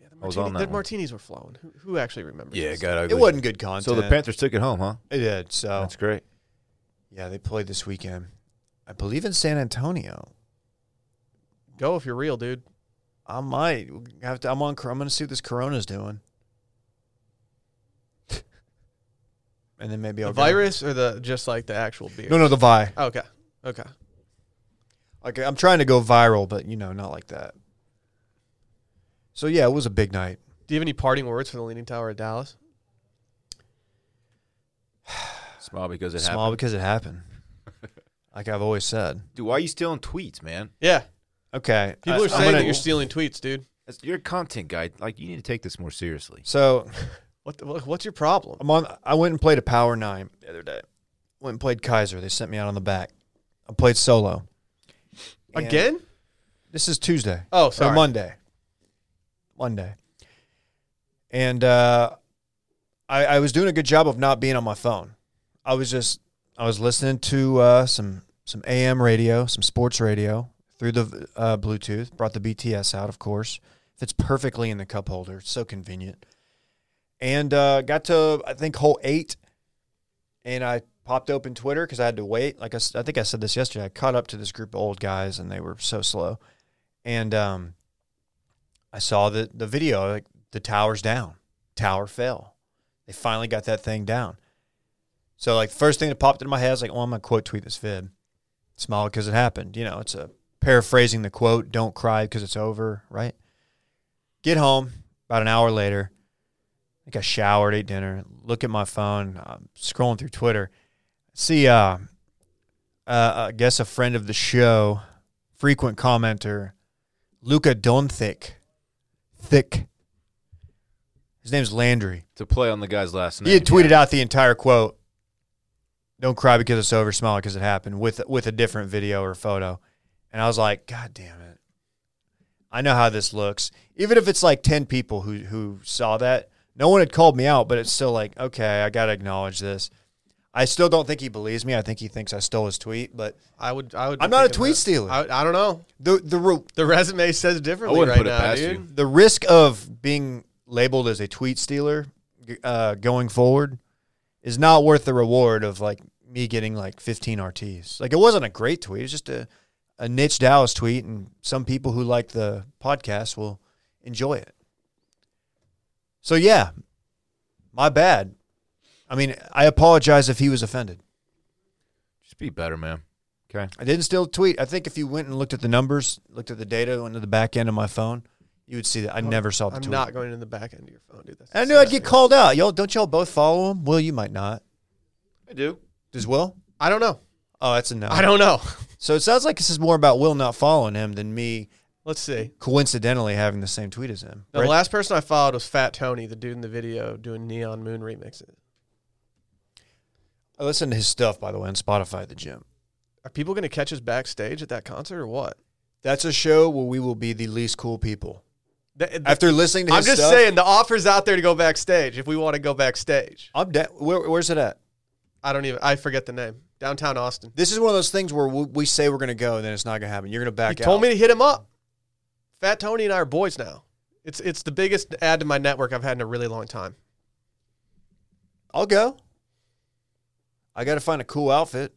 Speaker 1: Yeah. The,
Speaker 3: I was
Speaker 1: martini-
Speaker 3: on that
Speaker 1: the
Speaker 3: one.
Speaker 1: martinis were flowing. Who, who actually remembers?
Speaker 3: Yeah,
Speaker 1: this?
Speaker 3: it got ugly.
Speaker 2: It wasn't good content. Oh.
Speaker 3: So the Panthers took it home, huh?
Speaker 2: It did. So
Speaker 3: That's great.
Speaker 2: yeah, they played this weekend. I believe in San Antonio.
Speaker 1: Go if you're real, dude.
Speaker 2: I might We'll have to. I'm on. cor- I'm going to see what this Corona's doing. and then maybe I'll
Speaker 1: The
Speaker 2: go.
Speaker 1: virus or the just like the actual beer.
Speaker 2: No, no, the vi.
Speaker 1: Oh, okay. Okay.
Speaker 2: Like I'm trying to go viral, but you know, not like that. So yeah, it was a big night.
Speaker 1: Do you have any parting words for the Leaning Tower of Dallas?
Speaker 3: Small because it
Speaker 2: Small
Speaker 3: happened.
Speaker 2: because it happened. like I've always said.
Speaker 3: Dude, why are you stealing tweets, man?
Speaker 1: Yeah.
Speaker 2: Okay.
Speaker 1: People are
Speaker 2: I- I'm
Speaker 1: saying
Speaker 2: gonna-
Speaker 1: that you're stealing tweets, dude.
Speaker 3: That's, you're a content guy. Like, you need to take this more seriously.
Speaker 2: So
Speaker 1: What the, what- what's your problem?
Speaker 2: I'm on. I went and played a power nine the other day. Went and played Kaiser. They sent me out on the back. I played solo. And
Speaker 1: Again?
Speaker 2: This is Tuesday.
Speaker 1: Oh,
Speaker 2: So
Speaker 1: sorry.
Speaker 2: Monday. Monday. And uh, I, I was doing a good job of not being on my phone. I was just I was listening to uh, some some AM radio, some sports radio through the uh, Bluetooth. Brought the BTS out, of course. Fits perfectly in the cup holder. It's so convenient. And uh, got to I think hole eight, and I popped open Twitter because I had to wait. Like I, s- I think I said this yesterday. I caught up to this group of old guys, and they were so slow and um, I saw the the video like the tower's down, tower fell. They finally got that thing down. So like the first thing that popped into my head I was like, "Oh, I'm gonna quote tweet this vid." Smile because it happened. You know, it's a paraphrasing the quote. Don't cry because it's over. Right. Get home about an hour later. I think I showered, ate dinner. Look at my phone. I'm scrolling through Twitter. See, uh, uh, I guess a friend of the show, frequent commenter, Luca Doncic. Thick. His name's Landry.
Speaker 3: To play on the guy's last name.
Speaker 2: He had tweeted out the entire quote. Don't cry because it's over, smile because it happened with with a different video or photo. And I was like, God damn it. I know how this looks. Even if it's like ten people who who saw that, no one had called me out, but it's still like, okay, I gotta acknowledge this. I still don't think he believes me. I think he thinks I stole his tweet, but
Speaker 1: I would. I would. be
Speaker 2: I'm not a
Speaker 1: thinking
Speaker 2: tweet
Speaker 1: that.
Speaker 2: stealer.
Speaker 1: I, I don't know.
Speaker 2: the the re-
Speaker 1: The resume says
Speaker 3: I
Speaker 1: differently
Speaker 3: wouldn't
Speaker 1: right
Speaker 3: put it
Speaker 1: now,
Speaker 3: past
Speaker 1: dude.
Speaker 3: you.
Speaker 2: the risk of being labeled as a tweet stealer uh, going forward is not worth the reward of like me getting like 15 RTs. Like it wasn't a great tweet; it's just a a niche Dallas tweet, and some people who like the podcast will enjoy it. So yeah, my bad. I mean, I apologize if he was offended.
Speaker 3: Just be better, man. Okay.
Speaker 2: I didn't steal a tweet. I think if you went and looked at the numbers, looked at the data, went to the back end of my phone, you would see that I never saw the
Speaker 1: I'm
Speaker 2: tweet.
Speaker 1: not going in the back end of your phone, dude. That's
Speaker 2: I knew I'd get
Speaker 1: disgusting.
Speaker 2: called out. Y'all, don't y'all both follow him? Will, you might not.
Speaker 3: I do.
Speaker 2: Does Will?
Speaker 1: I don't know.
Speaker 2: Oh, that's a no.
Speaker 1: I don't know.
Speaker 2: So it sounds like this is more about Will not following him than me
Speaker 1: Let's see.
Speaker 2: coincidentally having the same tweet as him.
Speaker 1: Now,
Speaker 2: Right?
Speaker 1: The last person I followed was Fat Tony, the dude in the video doing Neon Moon remixes.
Speaker 2: I listened to his stuff, by the way, on Spotify at the gym.
Speaker 1: Are people going to catch us backstage at that concert or what?
Speaker 2: That's a show where we will be the least cool people.
Speaker 1: Th- th-
Speaker 2: After listening to his
Speaker 1: I'm just
Speaker 2: stuff-
Speaker 1: saying the offer's out there to go backstage if we want to go backstage.
Speaker 2: I'm de- where, where's it at?
Speaker 1: I don't even. I forget the name. Downtown Austin.
Speaker 2: This is one of those things where we, we say we're going to go and then it's not going to happen. You're going to
Speaker 1: He
Speaker 2: back out.
Speaker 1: told me to hit him up. Fat Tony and I are boys now. It's it's the biggest add to my network I've had in a really long time.
Speaker 2: I'll go. I got to find a cool outfit.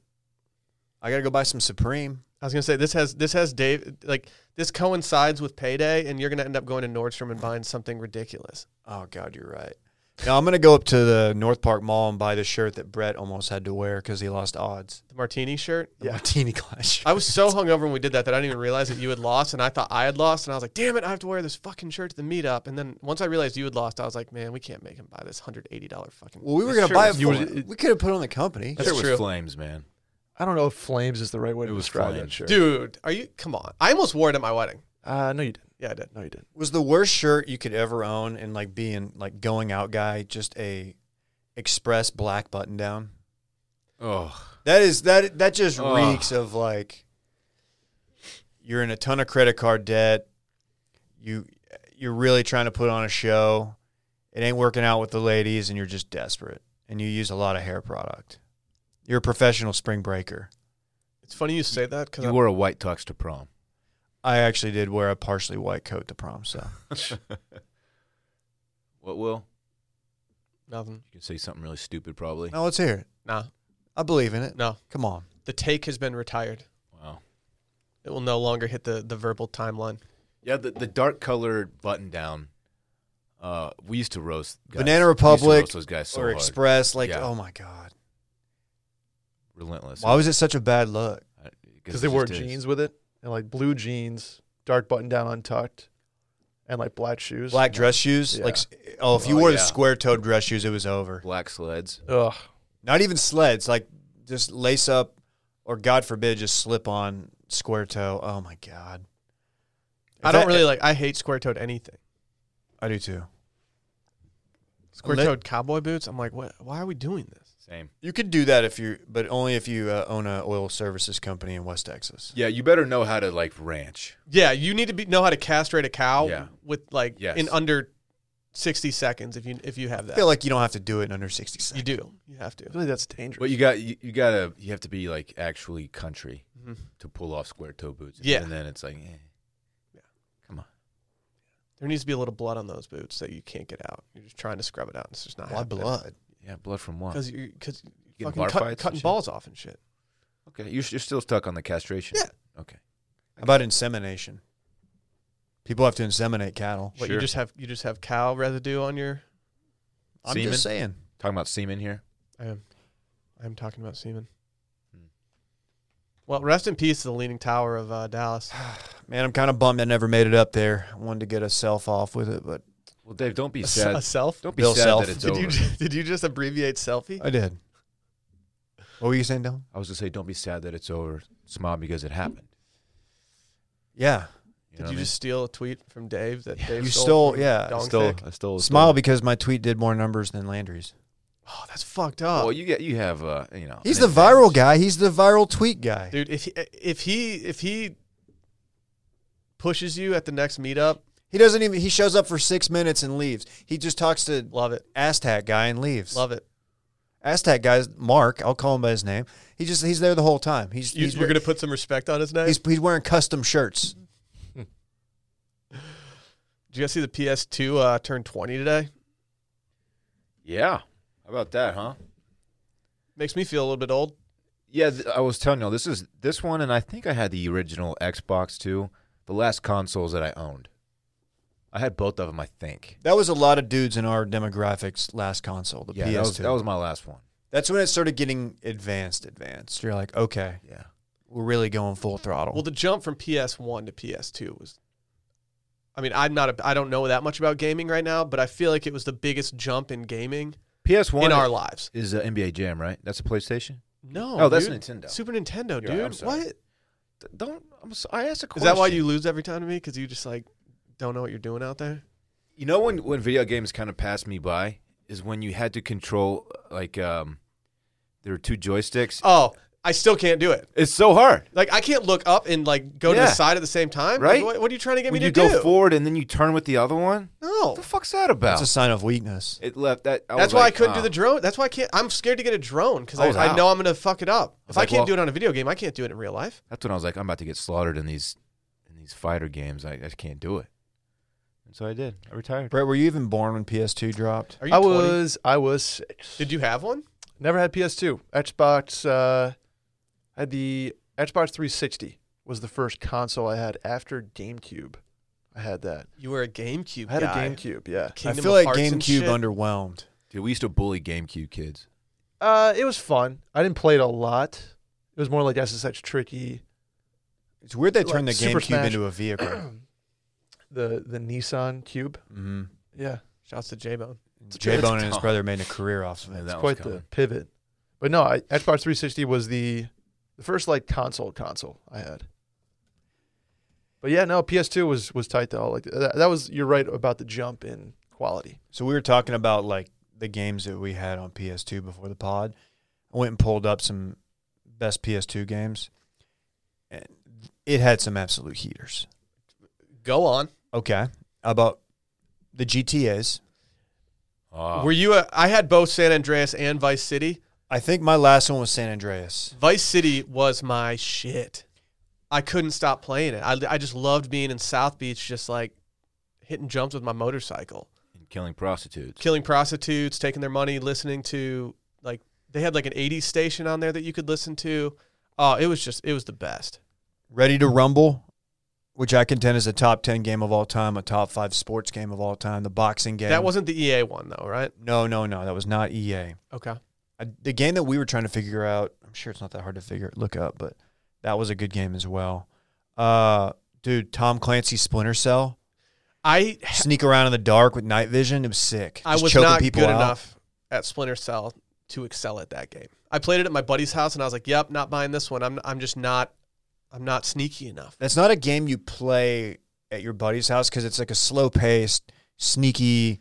Speaker 2: I got to go buy some Supreme.
Speaker 1: I was gonna say this has this has Dave like this coincides with payday, and you're gonna end up going to Nordstrom and buying something ridiculous.
Speaker 2: Oh God, you're right. Now I'm gonna go up to the North Park Mall and buy the shirt that Brett almost had to wear because he lost odds.
Speaker 1: The martini shirt.
Speaker 2: The Martini Glass. Shirt.
Speaker 1: I was so hungover when we did that that I didn't even realize that you had lost, and I thought I had lost, and I was like, "Damn it, I have to wear this fucking shirt to the meetup." And then once I realized you had lost, I was like, "Man, we can't make him buy this hundred eighty dollar fucking."
Speaker 2: Well, we were
Speaker 1: this
Speaker 2: gonna
Speaker 1: shirt
Speaker 2: buy it.
Speaker 1: was
Speaker 2: For
Speaker 4: you-
Speaker 2: him. we could have put it on the company.
Speaker 1: That's
Speaker 3: That's was
Speaker 1: true.
Speaker 3: flames, man.
Speaker 4: I don't know if flames is the right way
Speaker 3: It
Speaker 4: to
Speaker 3: was
Speaker 4: describe
Speaker 3: flames.
Speaker 4: that shirt.
Speaker 1: Dude, are you? Come on! I almost wore it at my wedding.
Speaker 4: Uh, no, you didn't.
Speaker 1: Yeah, I did.
Speaker 4: No, you didn't.
Speaker 2: was the worst shirt you could ever own and like being like going out guy just a express black button down
Speaker 3: Oh,
Speaker 2: that is that that just
Speaker 3: Ugh.
Speaker 2: reeks of like you're in a ton of credit card debt you you're really trying to put on a show it ain't working out with the ladies and you're just desperate and you use a lot of hair product you're a professional spring breaker
Speaker 1: It's funny you say that because
Speaker 3: you wore a white tux to prom.
Speaker 2: i actually did wear a partially white coat to prom so
Speaker 3: What will?
Speaker 1: nothing.
Speaker 3: You can say something really stupid, probably.
Speaker 2: now let's hear it
Speaker 1: Nah,
Speaker 2: i believe in it
Speaker 1: no.
Speaker 2: come on
Speaker 1: The take has been retired.
Speaker 3: Wow.
Speaker 1: It will no longer hit the the verbal timeline.
Speaker 3: Yeah, the, the dark colored button down. Uh, we used to roast guys.
Speaker 2: Banana
Speaker 3: We used to
Speaker 2: Republic
Speaker 3: roast those guys so
Speaker 2: or
Speaker 3: hard.
Speaker 2: express like
Speaker 3: Yeah.
Speaker 2: oh my god
Speaker 3: relentless.
Speaker 2: Why was it such a bad look?
Speaker 4: Because they
Speaker 3: it
Speaker 4: wore
Speaker 3: just is.
Speaker 4: jeans with it and like blue jeans, dark button down untucked, and like black shoes.
Speaker 2: Black dress shoes,
Speaker 4: Yeah.
Speaker 2: like s- oh, if you
Speaker 3: Oh,
Speaker 2: wore the
Speaker 3: yeah.
Speaker 2: square-toed dress shoes, it was over.
Speaker 3: black sleds.
Speaker 4: Ugh.
Speaker 2: Not even sleds, like just lace up, or God forbid, just slip on square toe. Oh my god,
Speaker 1: I
Speaker 2: If
Speaker 1: don't
Speaker 2: that-
Speaker 1: really like. I hate square toed anything.
Speaker 2: I do too.
Speaker 1: Square toed cowboy boots. I'm like, what? Why are we doing this?
Speaker 3: Same.
Speaker 2: You could do that if you, but only if you uh, own a oil services company in West Texas.
Speaker 3: Yeah, you better know how to like ranch.
Speaker 1: Yeah, you need to be, know how to castrate a cow
Speaker 3: Yeah.
Speaker 1: with like
Speaker 3: Yes.
Speaker 1: in under sixty seconds if you if you have
Speaker 2: I
Speaker 1: that.
Speaker 2: feel like you don't have to do it in under sixty seconds.
Speaker 1: you do. You have to.
Speaker 4: I feel like that's dangerous.
Speaker 3: But you got you, you gotta you have to be like actually country
Speaker 1: Mhm.
Speaker 3: to pull off square toe boots.
Speaker 1: Yeah.
Speaker 3: and then it's like, eh.
Speaker 1: There needs to be a little blood on those boots that you can't get out. You're just trying to scrub it out. And it's just not
Speaker 2: Why blood?
Speaker 3: yeah, blood from what?
Speaker 1: because you because
Speaker 3: Getting
Speaker 1: fucking
Speaker 3: bar
Speaker 1: cut-
Speaker 3: fights and
Speaker 1: cutting
Speaker 3: shit?
Speaker 1: balls off and shit.
Speaker 3: Okay, you're, you're still stuck on the castration.
Speaker 1: Yeah.
Speaker 3: Okay.
Speaker 2: How about insemination? People have to inseminate cattle.
Speaker 1: What you
Speaker 3: Sure.
Speaker 1: just have you just have cow residue on your.
Speaker 2: I'm
Speaker 3: Semen?
Speaker 2: just saying.
Speaker 3: Talking about semen here.
Speaker 1: I am, I am talking about semen.
Speaker 3: Hmm.
Speaker 1: Well, rest in peace to the Leaning Tower of uh, Dallas.
Speaker 2: Man, I'm kind of bummed I never made it up there. I wanted to get a self off with it, but
Speaker 3: Well, Dave, don't be
Speaker 1: A,
Speaker 3: sad.
Speaker 1: self.
Speaker 3: Don't be
Speaker 2: Bill
Speaker 3: sad
Speaker 2: Self.
Speaker 3: that it's
Speaker 1: Did
Speaker 3: over.
Speaker 1: you ju- did you just abbreviate selfie?
Speaker 2: I did. What were you saying, Dylan?
Speaker 3: I was gonna say, don't be sad that it's over. Smile because it happened.
Speaker 2: Yeah,
Speaker 3: You
Speaker 1: Did
Speaker 3: know
Speaker 1: you
Speaker 3: what
Speaker 1: just steal a tweet from Dave that Dave
Speaker 2: you
Speaker 1: stole?
Speaker 2: stole.
Speaker 1: from Dong
Speaker 2: Yeah,
Speaker 3: I mean?
Speaker 1: Thick?
Speaker 3: Still, I still
Speaker 2: smile because my tweet did more numbers than Landry's.
Speaker 1: Oh, that's fucked up,
Speaker 3: Well, you get you have uh, you know.
Speaker 2: He's
Speaker 3: an
Speaker 2: the viral
Speaker 3: advantage.
Speaker 2: guy. He's the viral tweet guy.
Speaker 1: dude. If he, if he if he pushes you at the next meetup,
Speaker 2: He doesn't even. He shows up for six minutes and leaves. He just talks to
Speaker 1: love it,
Speaker 2: Aztec guy and leaves.
Speaker 1: love it.
Speaker 2: Aztec guy's Mark. I'll call him by his name. He just he's there the whole time. He's
Speaker 1: You,
Speaker 2: he's,
Speaker 1: you're gonna put some respect on his name.
Speaker 2: he's he's wearing custom shirts.
Speaker 1: Did you guys see the PS2 uh, turned 20 today?
Speaker 3: Yeah. How about that, huh?
Speaker 1: Makes me feel a little bit old.
Speaker 3: Yeah, th- I was telling y'all this is this one, and I think I had the original Xbox too. The last consoles that I owned, I had both of them. I think.
Speaker 2: That was a lot of dudes in our demographics last console, the
Speaker 3: Yeah,
Speaker 2: PS2.
Speaker 3: that was, that was my last one.
Speaker 2: That's when it started getting advanced, advanced. You're like, okay,
Speaker 3: Yeah,
Speaker 2: we're really going full throttle.
Speaker 1: Well, the jump from PS1 to PS2 was. I mean, I'm not. A, I don't know that much about gaming right now, but I feel like it was the biggest jump in gaming
Speaker 3: PS One
Speaker 1: in our lives.
Speaker 3: is uh, NBA Jam, right? That's a PlayStation.
Speaker 1: No,
Speaker 3: Oh, that's
Speaker 1: dude.
Speaker 3: Nintendo.
Speaker 1: Super Nintendo,
Speaker 3: You're right, I'm
Speaker 1: dude.
Speaker 3: sorry.
Speaker 1: what
Speaker 3: D- Don't I'm so, I asked a
Speaker 1: is
Speaker 3: question.
Speaker 1: that? Why you lose every time to me? Because you just like don't know what you're doing out there.
Speaker 3: You know when when video games kind of passed me by is when you had to control like um, there were two joysticks.
Speaker 1: Oh, I still can't do it.
Speaker 3: It's so hard.
Speaker 1: Like I can't look up and like go to the
Speaker 3: Yeah.
Speaker 1: side at the same time.
Speaker 3: Right?
Speaker 1: Like, what, what are you trying to get
Speaker 3: When
Speaker 1: me Oh.
Speaker 3: you
Speaker 1: to
Speaker 3: go
Speaker 1: do?
Speaker 3: forward and then you turn with the other one.
Speaker 1: no,
Speaker 3: What the fuck's that about?
Speaker 2: That's a sign of weakness.
Speaker 3: it left that. I
Speaker 1: That's
Speaker 3: was
Speaker 1: why I
Speaker 3: like,
Speaker 1: couldn't
Speaker 3: oh.
Speaker 1: do the drone. That's why I can't. I'm scared to get a drone because
Speaker 3: I
Speaker 1: I,
Speaker 3: was
Speaker 1: I
Speaker 3: out.
Speaker 1: know I'm gonna fuck it up.
Speaker 3: was
Speaker 1: If I
Speaker 3: like,
Speaker 1: can't
Speaker 3: well-
Speaker 1: do it on a video game, I can't do it in real life.
Speaker 3: That's when I was like, I'm about to get slaughtered in these in these fighter games. I, I just can't do it. And so I did. I retired.
Speaker 2: Brett, were you even born when PS2 dropped?
Speaker 1: Are you
Speaker 4: I
Speaker 1: 20?
Speaker 4: was I was six.
Speaker 1: Did you have one?
Speaker 4: Never had PS2. Xbox. Uh, I had the Xbox 360 was the first console I had after GameCube. I had that.
Speaker 1: You were a GameCube
Speaker 4: I had
Speaker 1: guy.
Speaker 4: a GameCube. Yeah.
Speaker 1: Kingdom
Speaker 2: I feel
Speaker 1: of
Speaker 2: like
Speaker 1: Hearts and
Speaker 2: GameCube
Speaker 1: shit.
Speaker 2: underwhelmed.
Speaker 3: Dude, we used to bully GameCube kids.
Speaker 4: Uh, it was fun. I didn't play it a lot. It was more like SSH tricky.
Speaker 2: It's weird they
Speaker 4: Like
Speaker 2: turned the
Speaker 4: Super
Speaker 2: GameCube
Speaker 4: Smash.
Speaker 2: into a vehicle.
Speaker 4: The the Nissan Cube.
Speaker 2: mm-hmm.
Speaker 4: Yeah,
Speaker 1: Shouts to J Bone.
Speaker 2: J Bone and his
Speaker 3: dumb.
Speaker 2: brother made a career off of it.
Speaker 3: Man, that
Speaker 4: quite
Speaker 3: was coming.
Speaker 4: the pivot. But no, I, Xbox 360 was the the first like console console I had. But yeah, no, PS2 was was tight though. Like that, that was you're right about the jump in quality.
Speaker 2: So we were talking about like the games that we had on PS2 before the pod. I went and pulled up some best PS2 games, and it had some absolute heaters.
Speaker 1: Go on.
Speaker 2: Okay, How about the GTA's.
Speaker 3: Ah.
Speaker 1: Were you a? I had both San Andreas and Vice City.
Speaker 2: I think my last one was San Andreas.
Speaker 1: Vice City was my shit. I couldn't stop playing it. I, I just loved being in South Beach, just like hitting jumps with my motorcycle,
Speaker 3: and killing prostitutes.
Speaker 1: killing prostitutes, taking their money, listening to like they had like an '80s station on there that you could listen to. Oh, it was just it was the best.
Speaker 2: Ready to Rumble, which I contend is a top ten game of all time, a top five sports game of all time, the boxing game.
Speaker 1: That wasn't the EA one though, right?
Speaker 2: no, no, no. That was not EA.
Speaker 1: Okay.
Speaker 2: I, the game that we were trying to figure out, I'm sure it's not that hard to figure look up, but that was a good game as well. Uh, dude, Tom Clancy's Splinter Cell,
Speaker 1: I
Speaker 2: sneak around in the dark with night vision. It was sick.
Speaker 1: I
Speaker 2: Just
Speaker 1: was
Speaker 2: choking
Speaker 1: not good
Speaker 2: people out.
Speaker 1: enough at Splinter Cell to excel at that game. I played it at my buddy's house, and I was like, "Yep, not buying this one. I'm I'm just not I'm not sneaky enough."
Speaker 2: That's not a game you play at your buddy's house because it's like a slow paced, sneaky.